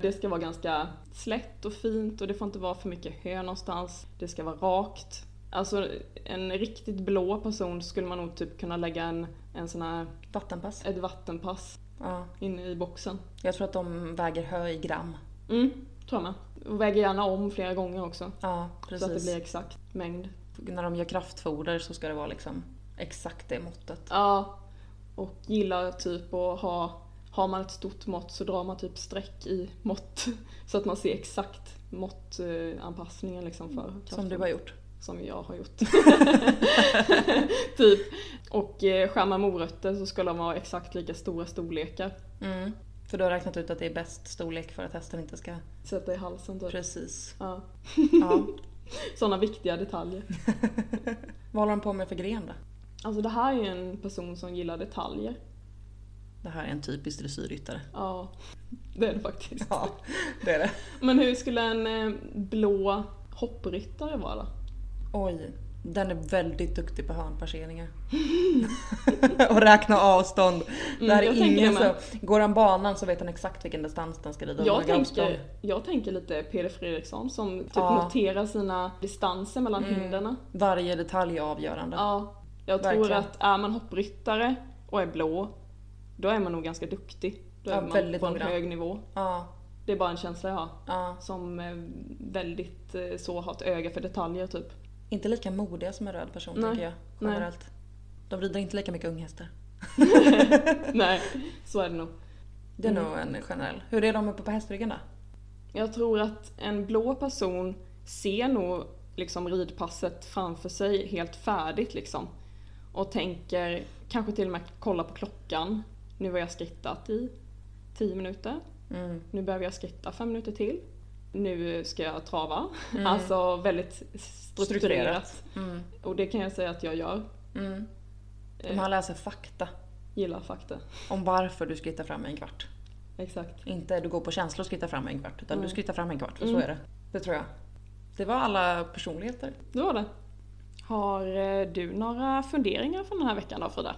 Speaker 2: det ska vara ganska slätt och fint och det får inte vara för mycket hö någonstans. Det ska vara rakt. Alltså en riktigt blå person skulle man nog typ kunna lägga en, en sån här,
Speaker 1: Vattenpass.
Speaker 2: ett vattenpass
Speaker 1: Ja.
Speaker 2: inne i boxen.
Speaker 1: Jag tror att de väger hö i gram.
Speaker 2: Mm, tror jag med. Och väger gärna om flera gånger också.
Speaker 1: Ja,
Speaker 2: Så att det
Speaker 1: precis.
Speaker 2: blir exakt mängd.
Speaker 1: När de gör kraftfoder så ska det vara liksom exakt det måttet.
Speaker 2: Ja, och gillar typ att ha, har man ett stort mått så drar man typ streck i mått. Så att man ser exakt måttanpassningen liksom för
Speaker 1: Mm. Som
Speaker 2: kraften.
Speaker 1: du har gjort.
Speaker 2: Som jag har gjort. typ. Och eh, skär man morötter så ska de vara exakt lika stora storlekar.
Speaker 1: Mm. För du har räknat ut att det är bäst storlek för att hästen inte ska...
Speaker 2: Sätta i halsen typ.
Speaker 1: Precis.
Speaker 2: Ja.
Speaker 1: Ja.
Speaker 2: Sådana viktiga detaljer.
Speaker 1: Vad håller de på med för gren då?
Speaker 2: Alltså det här är ju en person som gillar detaljer.
Speaker 1: Det här är en typisk dressyrryttare.
Speaker 2: Ja, det är det faktiskt.
Speaker 1: Ja, det är det.
Speaker 2: Men hur skulle en eh, blå hoppryttare vara då?
Speaker 1: Oj, den är väldigt duktig på hörnpasseringar. och räkna avstånd.
Speaker 2: Mm,
Speaker 1: det här
Speaker 2: jag
Speaker 1: är
Speaker 2: tänker
Speaker 1: ingen
Speaker 2: det
Speaker 1: som...
Speaker 2: med.
Speaker 1: Går han banan så vet han exakt vilken distans den ska rida. Hur
Speaker 2: Jag
Speaker 1: många
Speaker 2: tänker,
Speaker 1: gravstånd.
Speaker 2: jag tänker lite Peder Fredriksson som typ
Speaker 1: Ja.
Speaker 2: noterar sina distanser mellan hindren.
Speaker 1: Varje detalj är avgörande.
Speaker 2: Ja, jag tror
Speaker 1: Verkligen.
Speaker 2: att är man hoppryttare och är blå, då är man nog ganska duktig. Då är
Speaker 1: Ja,
Speaker 2: man
Speaker 1: väldigt
Speaker 2: på en
Speaker 1: noggrann.
Speaker 2: hög nivå.
Speaker 1: Ja,
Speaker 2: Det är bara en känsla jag har.
Speaker 1: ja.
Speaker 2: Som eh, väldigt eh, så har ett öga för detaljer typ.
Speaker 1: Inte lika modiga som en röd person
Speaker 2: Nej.
Speaker 1: tänker jag.
Speaker 2: Nej.
Speaker 1: Generellt. De rider inte lika mycket unghästar.
Speaker 2: Nej, så är det nog.
Speaker 1: Det är
Speaker 2: Mm.
Speaker 1: nog en generell. Hur är de uppe på hästryggen då?
Speaker 2: Jag tror att en blå person ser nog liksom ridpasset framför sig helt färdigt liksom. Och tänker, kanske till och med kolla på klockan. Nu har jag skrittat i 10 minuter.
Speaker 1: Mm.
Speaker 2: Nu behöver jag skritta 5 minuter till. Nu ska jag trava.
Speaker 1: Mm.
Speaker 2: Alltså väldigt strukturerat.
Speaker 1: Strukturerat. Mm.
Speaker 2: Och det kan jag säga att jag gör.
Speaker 1: Mm. De
Speaker 2: Eh,
Speaker 1: här läser fakta
Speaker 2: gillar fakta.
Speaker 1: om varför du skrittar fram en kvart.
Speaker 2: Exakt.
Speaker 1: Inte du går på känslor och skrittar fram en kvart, utan
Speaker 2: Mm.
Speaker 1: du skrittar fram en kvart, för
Speaker 2: Mm.
Speaker 1: så är det. Det tror jag. Det var alla personligheter.
Speaker 2: Det var det. Har eh, du några funderingar från den här veckan då Frida?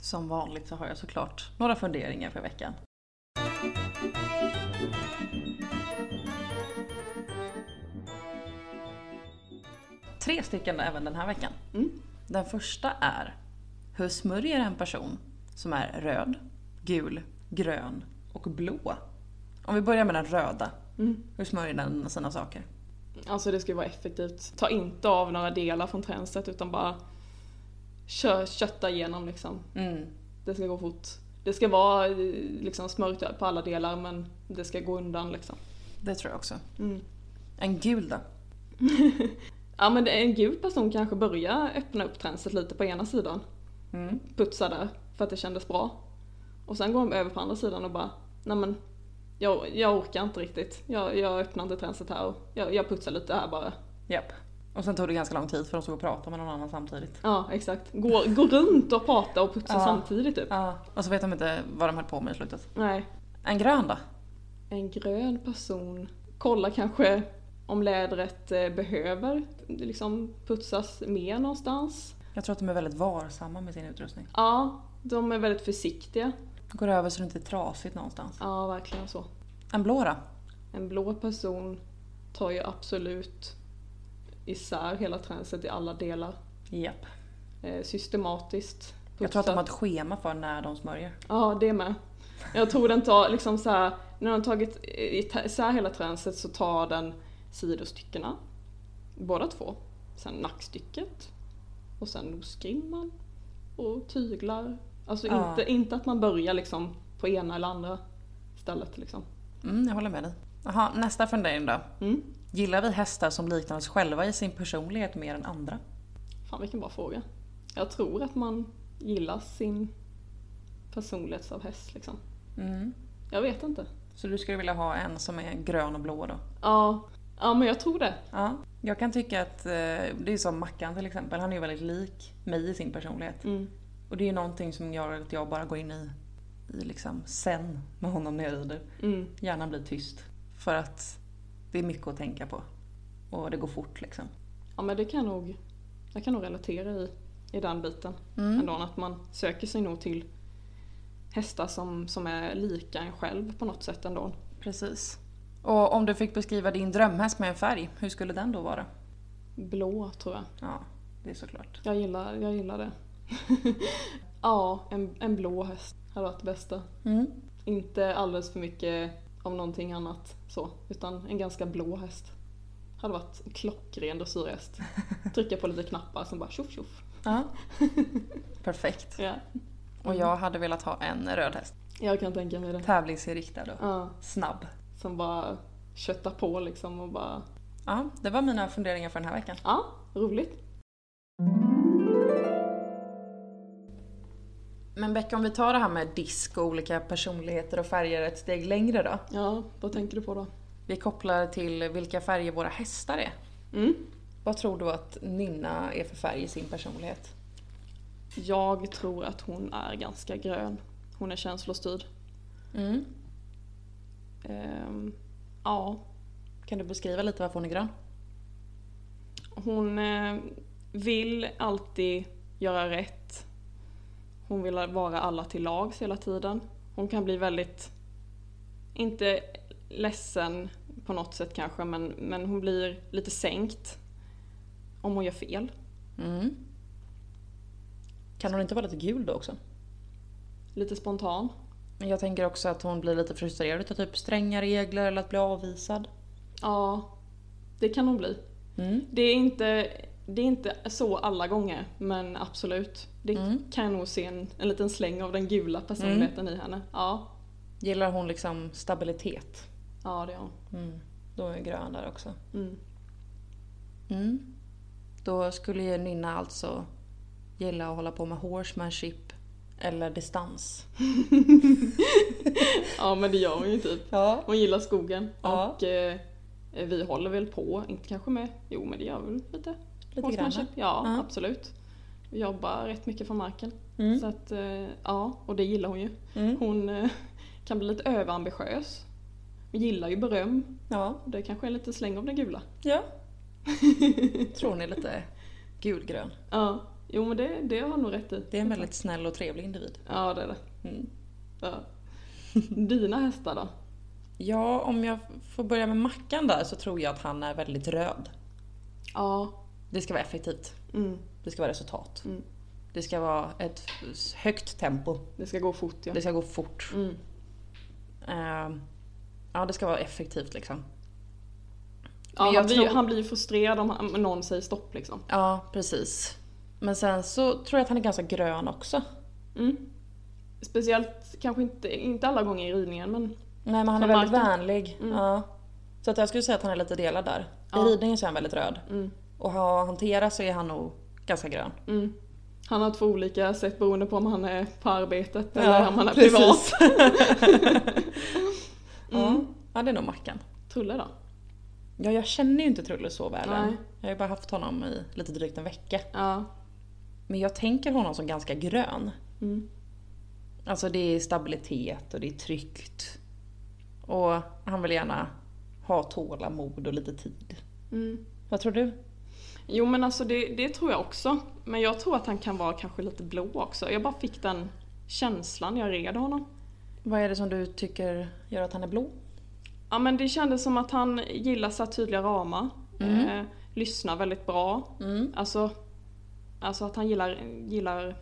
Speaker 1: Som vanligt så har jag såklart några funderingar för veckan. Tre stycken även den här veckan.
Speaker 2: Mm.
Speaker 1: Den första är Hur smörjer en person som är röd, gul, grön och blå? Om vi börjar med den röda.
Speaker 2: Mm.
Speaker 1: Hur smörjer den sina saker?
Speaker 2: Alltså det ska ju vara effektivt. Ta inte av några delar från tränset utan bara kö- kötta igenom liksom.
Speaker 1: Mm.
Speaker 2: Det ska gå fort. Det ska vara eh, liksom smörjt på alla delar men det ska gå undan liksom.
Speaker 1: Det tror jag också.
Speaker 2: Mm.
Speaker 1: En gul då?
Speaker 2: Ja men det är en gul person kanske börjar öppna upp tränset lite på ena sidan.
Speaker 1: Mm.
Speaker 2: Putsa där för att det kändes bra. Och sen går de över på andra sidan och bara nej men jag, jag orkar inte riktigt. Jag, jag öppnar inte tränset här och jag, jag putsar lite här bara.
Speaker 1: Japp. Och sen tog det ganska lång tid för de stod och pratade med någon annan samtidigt.
Speaker 2: Ja exakt. Gå, gå runt och prata och putsa
Speaker 1: Ja.
Speaker 2: samtidigt typ.
Speaker 1: Ja. Och så vet de inte vad de höll på med i slutet.
Speaker 2: Nej.
Speaker 1: En grön då?
Speaker 2: En grön person kollar kanske om lädret eh, behöver liksom putsas mer någonstans.
Speaker 1: Jag tror att de är väldigt varsamma med sin utrustning.
Speaker 2: Ja, de är väldigt försiktiga.
Speaker 1: Går över så det inte är trasigt någonstans.
Speaker 2: Ja, verkligen så.
Speaker 1: En blå då?
Speaker 2: En blå person tar ju absolut isär hela tränset i alla delar.
Speaker 1: Japp.
Speaker 2: Eh, systematiskt.
Speaker 1: Jag tror att de
Speaker 2: putsat.
Speaker 1: har ett schema för när de smörjer.
Speaker 2: Ja, det med. Jag tror den tar liksom så här, när de tagit i- isär hela tränset så tar den sidostyckena, båda två. Sen nackstycket och sen nosgrimman och tyglar. Alltså
Speaker 1: Ja.
Speaker 2: inte, inte att man börjar liksom på ena eller andra stället liksom.
Speaker 1: Mm, jag håller med dig. Jaha, nästa fundering då.
Speaker 2: Mm.
Speaker 1: Gillar vi hästar som liknar oss själva i sin personlighet mer än andra?
Speaker 2: Fan vilken bra fråga. Jag tror att man gillar sin personlighet av häst liksom.
Speaker 1: Mm.
Speaker 2: Jag vet inte.
Speaker 1: Så du skulle vilja ha en som är grön och blå då?
Speaker 2: Ja, ja men jag tror det.
Speaker 1: Ja. Jag kan tycka att eh, det är som Mackan till exempel, han är ju väldigt lik mig i sin personlighet.
Speaker 2: Mm.
Speaker 1: Och det är ju någonting som gör att jag bara går in i, i liksom sen med honom när jag rider.
Speaker 2: Mm.
Speaker 1: Hjärnan blir tyst. För att det är mycket att tänka på. Och det går fort liksom.
Speaker 2: Ja men det kan jag nog, jag kan nog relatera i, i den biten.
Speaker 1: Mm.
Speaker 2: Ändå att man söker sig nog till hästar som, som är lika en själv på något sätt ändå.
Speaker 1: Precis. Och om du fick beskriva din drömhäst med en färg, hur skulle den då vara?
Speaker 2: Blå tror jag.
Speaker 1: Ja, det är såklart.
Speaker 2: Jag gillar, jag gillar det. ja, en, en blå häst hade varit det bästa.
Speaker 1: Mm.
Speaker 2: Inte alldeles för mycket av någonting annat så, utan en ganska blå häst. Hade varit en klockren dressyrhäst. Trycka på lite knappar som bara tjoff tjoff.
Speaker 1: Ja. Perfekt.
Speaker 2: Ja,
Speaker 1: Och jag hade velat ha en röd häst.
Speaker 2: jag kan tänka mig det.
Speaker 1: Tävlingsinriktad och
Speaker 2: Ja.
Speaker 1: snabb.
Speaker 2: Som bara köttar på liksom och bara,
Speaker 1: Ja, det var mina funderingar för den här veckan.
Speaker 2: ja, roligt.
Speaker 1: Men Becka, om vi tar det här med disk och olika personligheter och färger ett steg längre då.
Speaker 2: Ja, vad tänker du på då?
Speaker 1: Vi kopplar till vilka färger våra hästar är.
Speaker 2: Mm.
Speaker 1: Vad tror du att Nynna är för färg i sin personlighet?
Speaker 2: Jag tror att hon är ganska grön. Hon är känslostyrd.
Speaker 1: Mm.
Speaker 2: Ehm, ja,
Speaker 1: Kan du beskriva lite varför hon är grön?
Speaker 2: hon eh, vill alltid göra rätt. Hon vill vara alla till lags hela tiden. Hon kan bli väldigt, inte ledsen på något sätt kanske, men, men hon blir lite sänkt om hon gör fel.
Speaker 1: Mm. Kan hon inte vara lite gul då också?
Speaker 2: Lite spontan.
Speaker 1: Jag tänker också att hon blir lite frustrerad av typ stränga regler eller att bli avvisad.
Speaker 2: Ja, det kan hon bli.
Speaker 1: Mm.
Speaker 2: Det är inte, det är inte så alla gånger, men absolut. Det
Speaker 1: Mm.
Speaker 2: kan jag nog se en, en liten släng av den gula personligheten i henne. Ja,
Speaker 1: Gillar hon liksom stabilitet?
Speaker 2: ja det gör hon.
Speaker 1: Mm. Då är grön där också.
Speaker 2: Mm.
Speaker 1: Mm. Då skulle ju Nynna alltså gilla att hålla på med horsemanship eller distans.
Speaker 2: Ja, men det gör hon ju typ.
Speaker 1: Ja.
Speaker 2: Hon gillar skogen.
Speaker 1: Ja.
Speaker 2: Och eh, vi håller väl på, inte kanske med, jo men det gör vi väl lite.
Speaker 1: Lite grann.
Speaker 2: Horsemanship. Ja,
Speaker 1: Ja.
Speaker 2: absolut. Vi jobbar rätt mycket från marken.
Speaker 1: Mm.
Speaker 2: Så att, eh, ja, och det gillar hon ju.
Speaker 1: Mm.
Speaker 2: Hon eh, kan bli lite överambitiös. Hon gillar ju beröm.
Speaker 1: Ja.
Speaker 2: Det kanske är lite släng av den gula.
Speaker 1: ja. Tror hon är lite gulgrön.
Speaker 2: Ja, jo men det, det har han nog rätt i.
Speaker 1: Det är en väldigt snäll och trevlig individ.
Speaker 2: Ja, det är det.
Speaker 1: Mm.
Speaker 2: Ja. Dina hästar då?
Speaker 1: Ja, om jag får börja med Mackan där så tror jag att han är väldigt röd.
Speaker 2: Ja.
Speaker 1: Det ska vara effektivt.
Speaker 2: Mm.
Speaker 1: Det ska vara resultat.
Speaker 2: Mm.
Speaker 1: Det ska vara ett högt tempo.
Speaker 2: Det ska gå fort ja.
Speaker 1: Det ska gå fort.
Speaker 2: Mm.
Speaker 1: Ehm, ja, det ska vara effektivt liksom. Men
Speaker 2: ja han,
Speaker 1: jag
Speaker 2: blir,
Speaker 1: tror-
Speaker 2: han blir ju frustrerad om, han, om någon säger stopp liksom.
Speaker 1: Ja, precis. Men sen så tror jag att han är ganska grön också.
Speaker 2: Mm. Speciellt, kanske inte, inte alla gånger i ridningen men
Speaker 1: Nej, men han är
Speaker 2: Från
Speaker 1: väldigt
Speaker 2: marken.
Speaker 1: vänlig. Ja. Så att jag skulle säga att han är lite delad där.
Speaker 2: Ja.
Speaker 1: I ridningen så är han väldigt röd.
Speaker 2: mm.
Speaker 1: Och ha- att hantera så är han nog ganska grön.
Speaker 2: Mm. han har två olika sätt beroende på om han är på arbetet
Speaker 1: Ja,
Speaker 2: eller om han är
Speaker 1: precis.
Speaker 2: privat.
Speaker 1: Ja. ja, det är nog Mackan.
Speaker 2: Tulle då?
Speaker 1: Ja, jag känner ju inte Trulle så väl
Speaker 2: Nej.
Speaker 1: än. Jag har ju bara haft honom i lite drygt en vecka.
Speaker 2: Ja.
Speaker 1: Men jag tänker honom som ganska grön.
Speaker 2: Mm.
Speaker 1: Alltså det är stabilitet och det är tryggt. Och han vill gärna ha tålamod och lite tid.
Speaker 2: Mm.
Speaker 1: Vad tror du?
Speaker 2: Jo men alltså det, det tror jag också. Men jag tror att han kan vara kanske lite blå också. Jag bara fick den känslan när jag red honom.
Speaker 1: Vad är det som du tycker gör att han är blå?
Speaker 2: Ja men det kändes som att han gillar så här tydliga ramar.
Speaker 1: Mm.
Speaker 2: Eh, lyssnar väldigt bra.
Speaker 1: Mm.
Speaker 2: Alltså, alltså att han gillar, gillar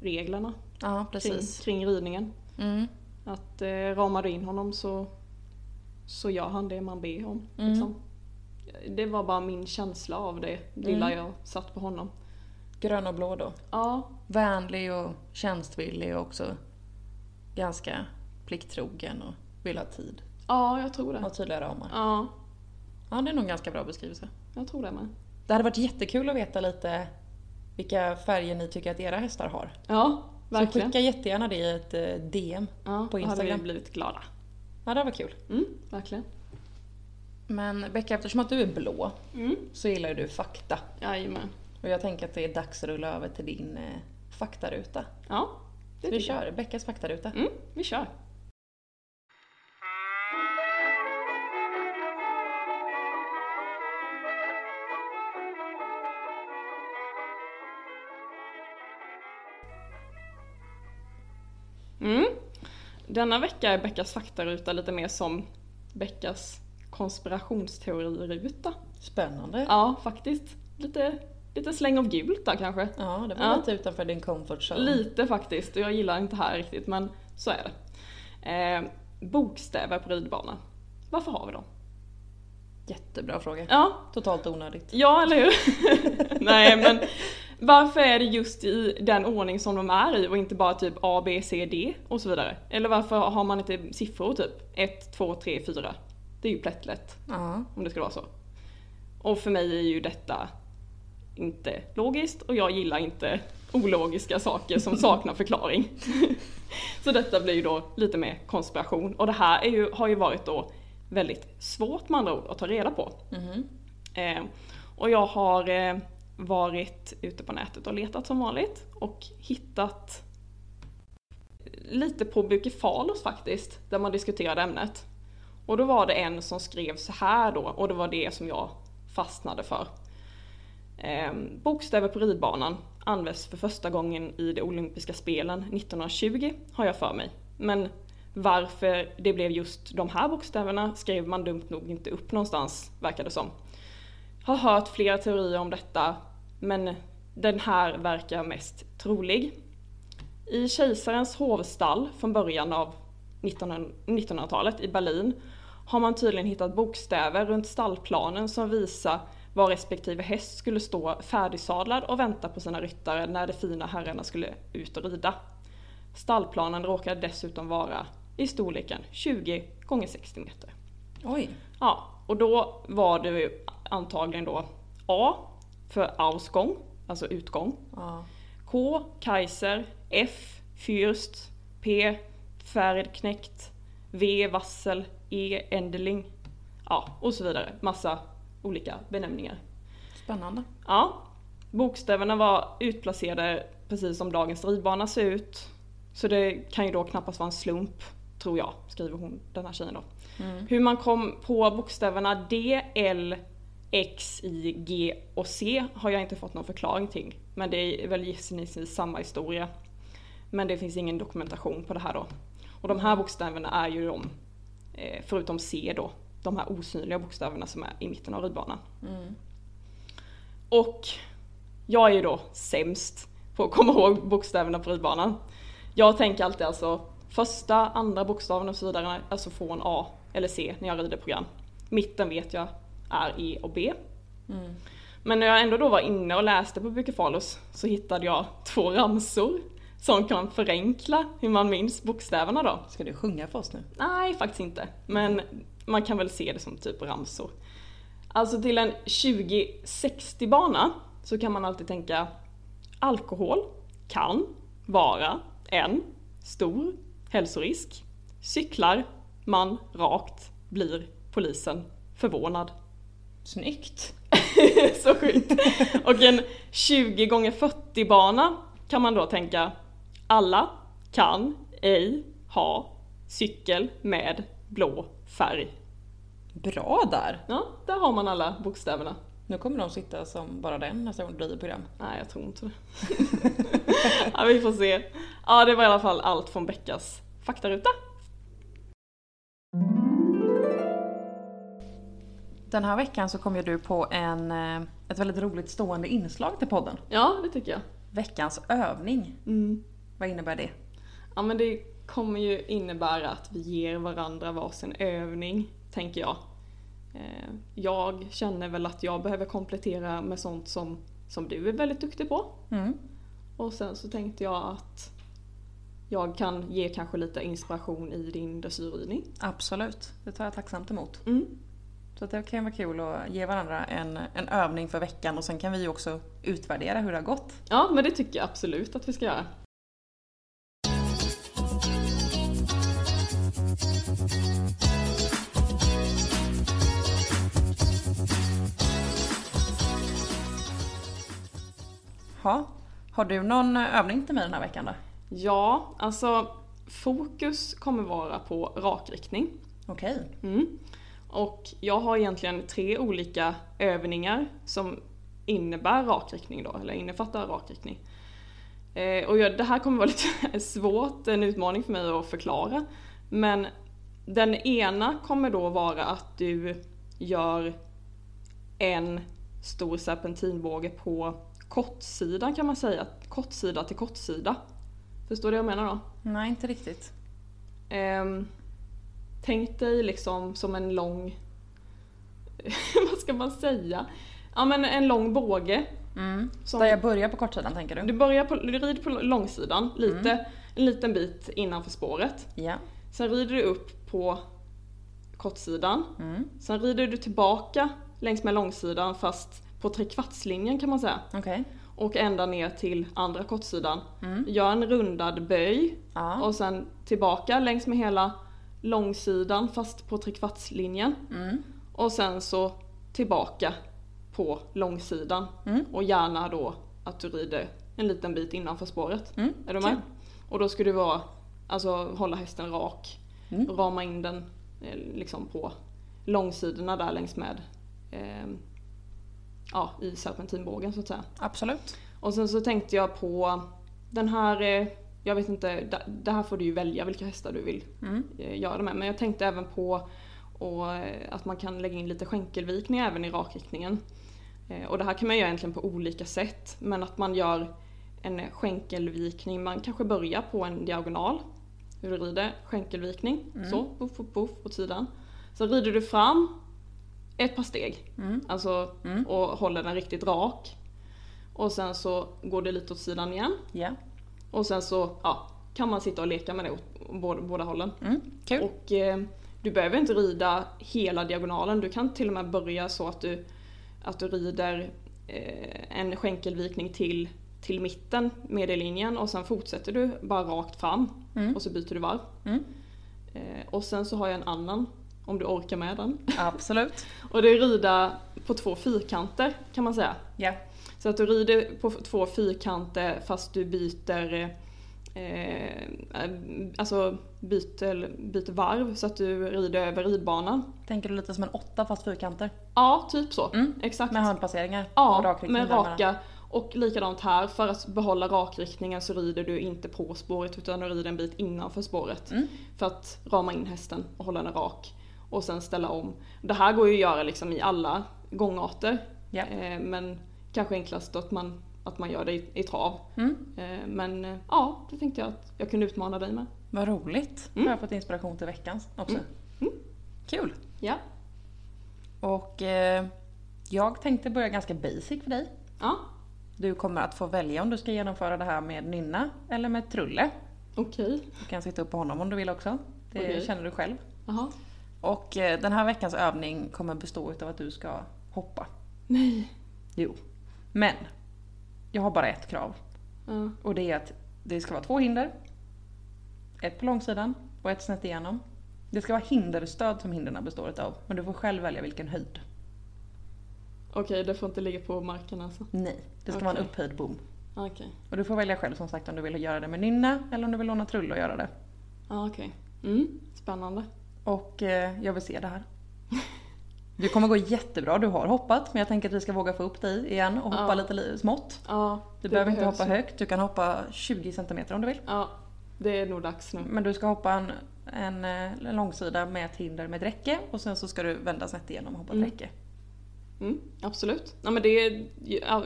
Speaker 2: reglerna
Speaker 1: Ja,
Speaker 2: kring,
Speaker 1: precis.
Speaker 2: kring ridningen.
Speaker 1: Mm.
Speaker 2: Att eh, ramar du in honom så, så gör han det man ber om.
Speaker 1: Mm.
Speaker 2: Liksom. Det var bara min känsla av det lilla
Speaker 1: Mm.
Speaker 2: jag satt på honom.
Speaker 1: Grön och blå då.
Speaker 2: Ja,
Speaker 1: Vänlig och tjänstvillig och också ganska plikttrogen och vill ha tid.
Speaker 2: ja jag tror det.
Speaker 1: Ha tydliga ramar.
Speaker 2: Ja,
Speaker 1: Ja, det är nog en ganska bra beskrivelse.
Speaker 2: jag tror det med.
Speaker 1: Det hade varit jättekul att veta lite vilka färger ni tycker att era hästar har.
Speaker 2: Ja,
Speaker 1: Så
Speaker 2: verkligen.
Speaker 1: skicka jättegärna det i ett eh, DM.
Speaker 2: Ja,
Speaker 1: på
Speaker 2: då hade vi
Speaker 1: Instagram.
Speaker 2: blivit glada.
Speaker 1: Ja, det var kul.
Speaker 2: Mm, verkligen.
Speaker 1: Men Becka, eftersom att du är blå
Speaker 2: Mm.
Speaker 1: så gillar ju du fakta.
Speaker 2: Jajamän.
Speaker 1: Och jag tänker att det är dags att rulla över till din eh, faktaruta.
Speaker 2: Ja, det
Speaker 1: Vi
Speaker 2: tycker jag.
Speaker 1: kör Beckas faktaruta.
Speaker 2: Mm, vi kör. Mm. Denna vecka är Beckas faktaruta lite mer som Beckas konspirationsteoriruta.
Speaker 1: Spännande.
Speaker 2: Ja, faktiskt. Lite, lite släng av gult där kanske.
Speaker 1: Ja, det var
Speaker 2: Ja.
Speaker 1: lite utanför din comfort zone.
Speaker 2: Lite faktiskt, och jag gillar inte det här riktigt men så är det. Eh, bokstäver på ridbana. Varför har vi dem?
Speaker 1: Jättebra fråga.
Speaker 2: Ja,
Speaker 1: Totalt onödigt.
Speaker 2: ja eller hur? Nej men varför är det just i den ordning som de är i och inte bara typ A, B, C, D och så vidare? Eller varför har man inte siffror typ 1, 2, 3, 4? Det är ju plättlätt
Speaker 1: Ja.
Speaker 2: om det skulle vara så. Och för mig är ju detta inte logiskt och jag gillar inte ologiska saker som saknar förklaring. så detta blir ju då lite mer konspiration och det här är ju, har ju varit då väldigt svårt med andra ord att ta reda på.
Speaker 1: Mhm.
Speaker 2: Eh, och jag har eh, varit ute på nätet och letat som vanligt och hittat lite på Bukefalos faktiskt, där man diskuterade ämnet. Och då var det en som skrev så här då, och det var det som jag fastnade för. Eh, bokstäver på ridbanan används för första gången i de olympiska spelen 1920, har jag för mig. Men varför det blev just de här bokstäverna skrev man dumt nog inte upp någonstans, verkar det som. Har hört flera teorier om detta, men den här verkar mest trolig. I kejsarens hovstall från början av 1900 1900-talet i Berlin har man tydligen hittat bokstäver runt stallplanen som visar var respektive häst skulle stå färdigsadlad och vänta på sina ryttare när de fina herrarna skulle ut och rida. Stallplanen råkade dessutom vara i storleken 20 gånger 60 meter.
Speaker 1: Oj.
Speaker 2: Ja, och då var det ju antagligen då A för ausgång, alltså utgång.
Speaker 1: Ja.
Speaker 2: K, Kaiser, F, Fürst, P, Färdknäckt, V, Vassel, E, Endeling. Ja, och så vidare. Massa olika benämningar.
Speaker 1: Spännande.
Speaker 2: Ja, bokstäverna var utplacerade precis som dagens ridbana ser ut. Så det kan ju då knappast vara en slump, tror jag, skriver hon, den här tjejen då.
Speaker 1: Mm.
Speaker 2: Hur man kom på bokstäverna D, L, X, I, G och C har jag inte fått någon förklaring till. Men det är väl gissningsvis samma historia. Men det finns ingen dokumentation på det här då. Och de här bokstäverna är ju de, eh, förutom C då, de här osynliga bokstäverna som är i mitten av ridbanan.
Speaker 1: Mm.
Speaker 2: Och jag är ju då sämst på att komma ihåg bokstäverna på ridbanan. Jag tänker alltid alltså första, andra bokstaven och så vidare, alltså från A eller C när jag rider program. Mitten vet jag är E och B.
Speaker 1: Mm.
Speaker 2: Men när jag ändå då var inne och läste på Bukefalos så hittade jag två ramsor som kan förenkla hur man minns bokstäverna då.
Speaker 1: Ska du sjunga för oss nu?
Speaker 2: Nej, faktiskt inte. Men man kan väl se det som typ ramsor. Alltså till en 2060-bana så kan man alltid tänka alkohol kan vara en stor hälsorisk. Cyklar man rakt blir polisen förvånad.
Speaker 1: Snyggt.
Speaker 2: så sjukt. Och en 20 gånger 40 bana kan man då tänka alla kan ej ha cykel med blå färg.
Speaker 1: Bra där!
Speaker 2: Ja, där har man alla bokstäverna.
Speaker 1: Nu kommer de sitta som bara den nästa gång du driver program.
Speaker 2: Nej, jag tror inte det. ja, vi får se. Ja, det var i alla fall allt från Beckas faktaruta.
Speaker 1: Den här veckan så kom ju du på en, eh, ett väldigt roligt stående inslag till podden.
Speaker 2: Ja, det tycker jag.
Speaker 1: Veckans övning.
Speaker 2: Mm.
Speaker 1: Vad innebär det?
Speaker 2: Ja, men det kommer ju innebära att vi ger varandra varsin övning, tänker jag. Eh, Jag känner väl att jag behöver komplettera med sånt som, som du är väldigt duktig på.
Speaker 1: Mm.
Speaker 2: Och sen så tänkte jag att jag kan ge kanske lite inspiration i din dressyrridning.
Speaker 1: Absolut, det tar jag tacksamt emot.
Speaker 2: Mm.
Speaker 1: Så att det kan vara kul att ge varandra en, en övning för veckan och sen kan vi ju också utvärdera hur det har gått.
Speaker 2: Ja, men det tycker jag absolut att vi ska göra.
Speaker 1: Ha. Har du någon övning till mig den här veckan då?
Speaker 2: Ja, alltså fokus kommer vara på rakriktning.
Speaker 1: Okej.
Speaker 2: Mm. Och jag har egentligen tre olika övningar som innebär rakriktning då, eller innefattar rakriktning. Eh, och jag, det här kommer vara lite svårt, en utmaning för mig att förklara. Men den ena kommer då vara att du gör en stor serpentinbåge på kortsidan kan man säga, kortsida till kortsida. Förstår du vad jag menar då?
Speaker 1: Nej, inte riktigt.
Speaker 2: Ehm, tänk dig liksom som en lång... vad ska man säga? Ja men en lång båge.
Speaker 1: Mm.
Speaker 2: Som-
Speaker 1: Där jag börjar på kortsidan tänker du?
Speaker 2: Du börjar på, du rider på långsidan, lite,
Speaker 1: Mm.
Speaker 2: en liten bit innanför spåret.
Speaker 1: Ja.
Speaker 2: Sen rider du upp på kortsidan.
Speaker 1: Mm.
Speaker 2: Sen rider du tillbaka längs med långsidan fast på trekvartslinjen kan man säga.
Speaker 1: Okej.
Speaker 2: Och ända ner till andra kortsidan.
Speaker 1: Mm.
Speaker 2: Gör en rundad böj
Speaker 1: Ja.
Speaker 2: och sen tillbaka längs med hela långsidan fast på trekvartslinjen.
Speaker 1: Mm.
Speaker 2: Och sen så tillbaka på långsidan.
Speaker 1: Mm.
Speaker 2: Och gärna då att du rider en liten bit innanför spåret.
Speaker 1: Mm.
Speaker 2: Är du med?
Speaker 1: Kul.
Speaker 2: Och då ska du vara, alltså hålla hästen rak.
Speaker 1: Mm.
Speaker 2: Rama in den eh, liksom på långsidorna där längs med ehm, ja, i serpentinbågen så att säga.
Speaker 1: Absolut.
Speaker 2: Och sen så tänkte jag på den här, eh, jag vet inte, d- det här får du ju välja vilka hästar du vill
Speaker 1: Mm.
Speaker 2: eh, göra det med. Men jag tänkte även på och, eh, att man kan lägga in lite skänkelvikningar även i rakriktningen. Eh, Och det här kan man göra egentligen på olika sätt. Men att man gör en skänkelvikning, man kanske börjar på en diagonal. Hur du rider, skänkelvikning,
Speaker 1: Mm.
Speaker 2: så, puff, puff, puff, åt sidan. Sen rider du fram ett par steg,
Speaker 1: Mm.
Speaker 2: alltså
Speaker 1: Mm.
Speaker 2: och håller den riktigt rak. Och sen så går det lite åt sidan igen.
Speaker 1: Ja.
Speaker 2: Och sen så ja, kan man sitta och leka med det åt båda, båda hållen.
Speaker 1: Mm. Kul.
Speaker 2: Och eh, du behöver inte rida hela diagonalen, du kan till och med börja så att du, att du rider eh, en skänkelvikning till, till mitten, medellinjen, och sen fortsätter du bara rakt fram
Speaker 1: Mm.
Speaker 2: och så byter du varv.
Speaker 1: Mm.
Speaker 2: Eh, och sen så har jag en annan, om du orkar med den.
Speaker 1: Absolut.
Speaker 2: Och det är rida på två fyrkanter kan man säga.
Speaker 1: Ja.
Speaker 2: Så att du rider på f- två fyrkanter fast du byter eh, Eh, alltså byter, byter varv så att du rider över ridbanan.
Speaker 1: Tänker du lite som en åtta fast fyrkanter?
Speaker 2: Ja, typ så.
Speaker 1: Mm.
Speaker 2: Exakt.
Speaker 1: Med hörnpasseringar?
Speaker 2: ja,
Speaker 1: och rakriktning
Speaker 2: med
Speaker 1: däremellan.
Speaker 2: raka. Och likadant här, för att behålla rakriktningen så rider du inte på spåret utan du rider en bit innanför spåret.
Speaker 1: Mm.
Speaker 2: För att rama in hästen och hålla den rak. Och sen ställa om. Det här går ju att göra liksom i alla gångarter.
Speaker 1: Ja.
Speaker 2: Eh, men kanske enklast att man, att man gör det i, i trav.
Speaker 1: Mm.
Speaker 2: Eh, men eh, ja, det tänkte jag att jag kunde utmana dig med.
Speaker 1: Vad roligt. Då
Speaker 2: Mm.
Speaker 1: har jag fått inspiration till veckan också.
Speaker 2: Mm. Mm.
Speaker 1: Kul.
Speaker 2: Ja.
Speaker 1: Och eh, jag tänkte börja ganska basic för dig.
Speaker 2: Ja,
Speaker 1: Du kommer att få välja om du ska genomföra det här med Nynna eller med Trulle.
Speaker 2: okej.
Speaker 1: Du kan sitta upp på honom om du vill också. Det
Speaker 2: Okej.
Speaker 1: känner du själv.
Speaker 2: Jaha.
Speaker 1: Och eh, den här veckans övning kommer bestå av att du ska hoppa.
Speaker 2: Nej.
Speaker 1: Jo. Men. Jag har bara ett krav.
Speaker 2: Ja.
Speaker 1: Och det är att det ska vara två hinder. Ett på långsidan och ett snett igenom. Det ska vara hinderstöd som hindren består av. Men du får själv välja vilken höjd.
Speaker 2: Okej, det får inte ligga på marken alltså.
Speaker 1: Nej, det ska vara en
Speaker 2: Okej.
Speaker 1: upphöjd bom.
Speaker 2: Okej.
Speaker 1: Och du får välja själv som sagt om du vill göra det med nynna eller om du vill låna Trulle och göra det.
Speaker 2: Ja, okej. Mm, spännande.
Speaker 1: Och eh, jag vill se det här. Du kommer gå jättebra, du har hoppat men jag tänker att vi ska våga få upp dig igen och hoppa
Speaker 2: Ja.
Speaker 1: lite li- smått.
Speaker 2: Ja,
Speaker 1: Du
Speaker 2: det
Speaker 1: behöver inte
Speaker 2: behövs.
Speaker 1: hoppa högt, du kan hoppa 20 cm om du vill.
Speaker 2: Ja, det är nog dags nu.
Speaker 1: Men du ska hoppa en, en eh, långsida med ett hinder med ett räcke och sen så ska du vända snett igenom och hoppa ett
Speaker 2: Mm.
Speaker 1: räcke.
Speaker 2: Mm, absolut. Ja, men det är,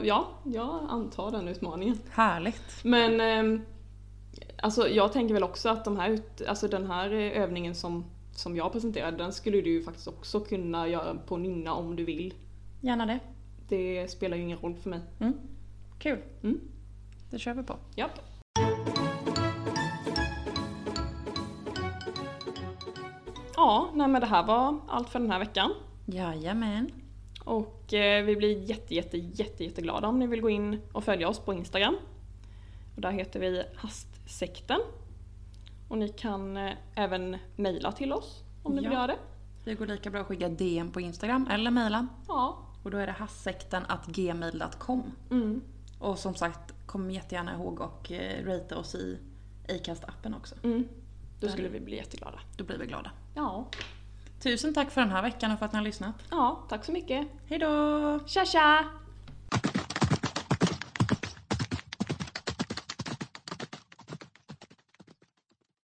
Speaker 2: ja, jag antar den utmaningen.
Speaker 1: Härligt!
Speaker 2: Men ehm, alltså, jag tänker väl också att de här, ut- alltså, den här eh, övningen som, som jag presenterade, den skulle du ju faktiskt också kunna göra på nynna om du vill.
Speaker 1: Gärna det.
Speaker 2: Det spelar ju ingen roll för mig.
Speaker 1: Mm. Kul!
Speaker 2: Mm.
Speaker 1: Det kör vi på.
Speaker 2: Japp. Ja, nej men det här var allt för den här veckan.
Speaker 1: Jajamän!
Speaker 2: Och eh, vi blir jätte, jätte, jätte, jätteglada om ni vill gå in och följa oss på Instagram. Och där heter vi Hastsekten. Och ni kan eh, även mejla till oss om ni
Speaker 1: Ja.
Speaker 2: vill göra det.
Speaker 1: Det går lika bra att skicka DM på Instagram eller mejla.
Speaker 2: Ja.
Speaker 1: Och då är det hassekten att gmail.com.
Speaker 2: Mm.
Speaker 1: Och som sagt, kom jättegärna ihåg och eh, ratea oss i Acast-appen också.
Speaker 2: Mm. Då skulle vi bli jätteglada.
Speaker 1: Då blir vi glada.
Speaker 2: Ja.
Speaker 1: Tusen tack för den här veckan och för att ni har lyssnat.
Speaker 2: Ja, tack så mycket.
Speaker 1: Hejdå!
Speaker 2: Tja tja!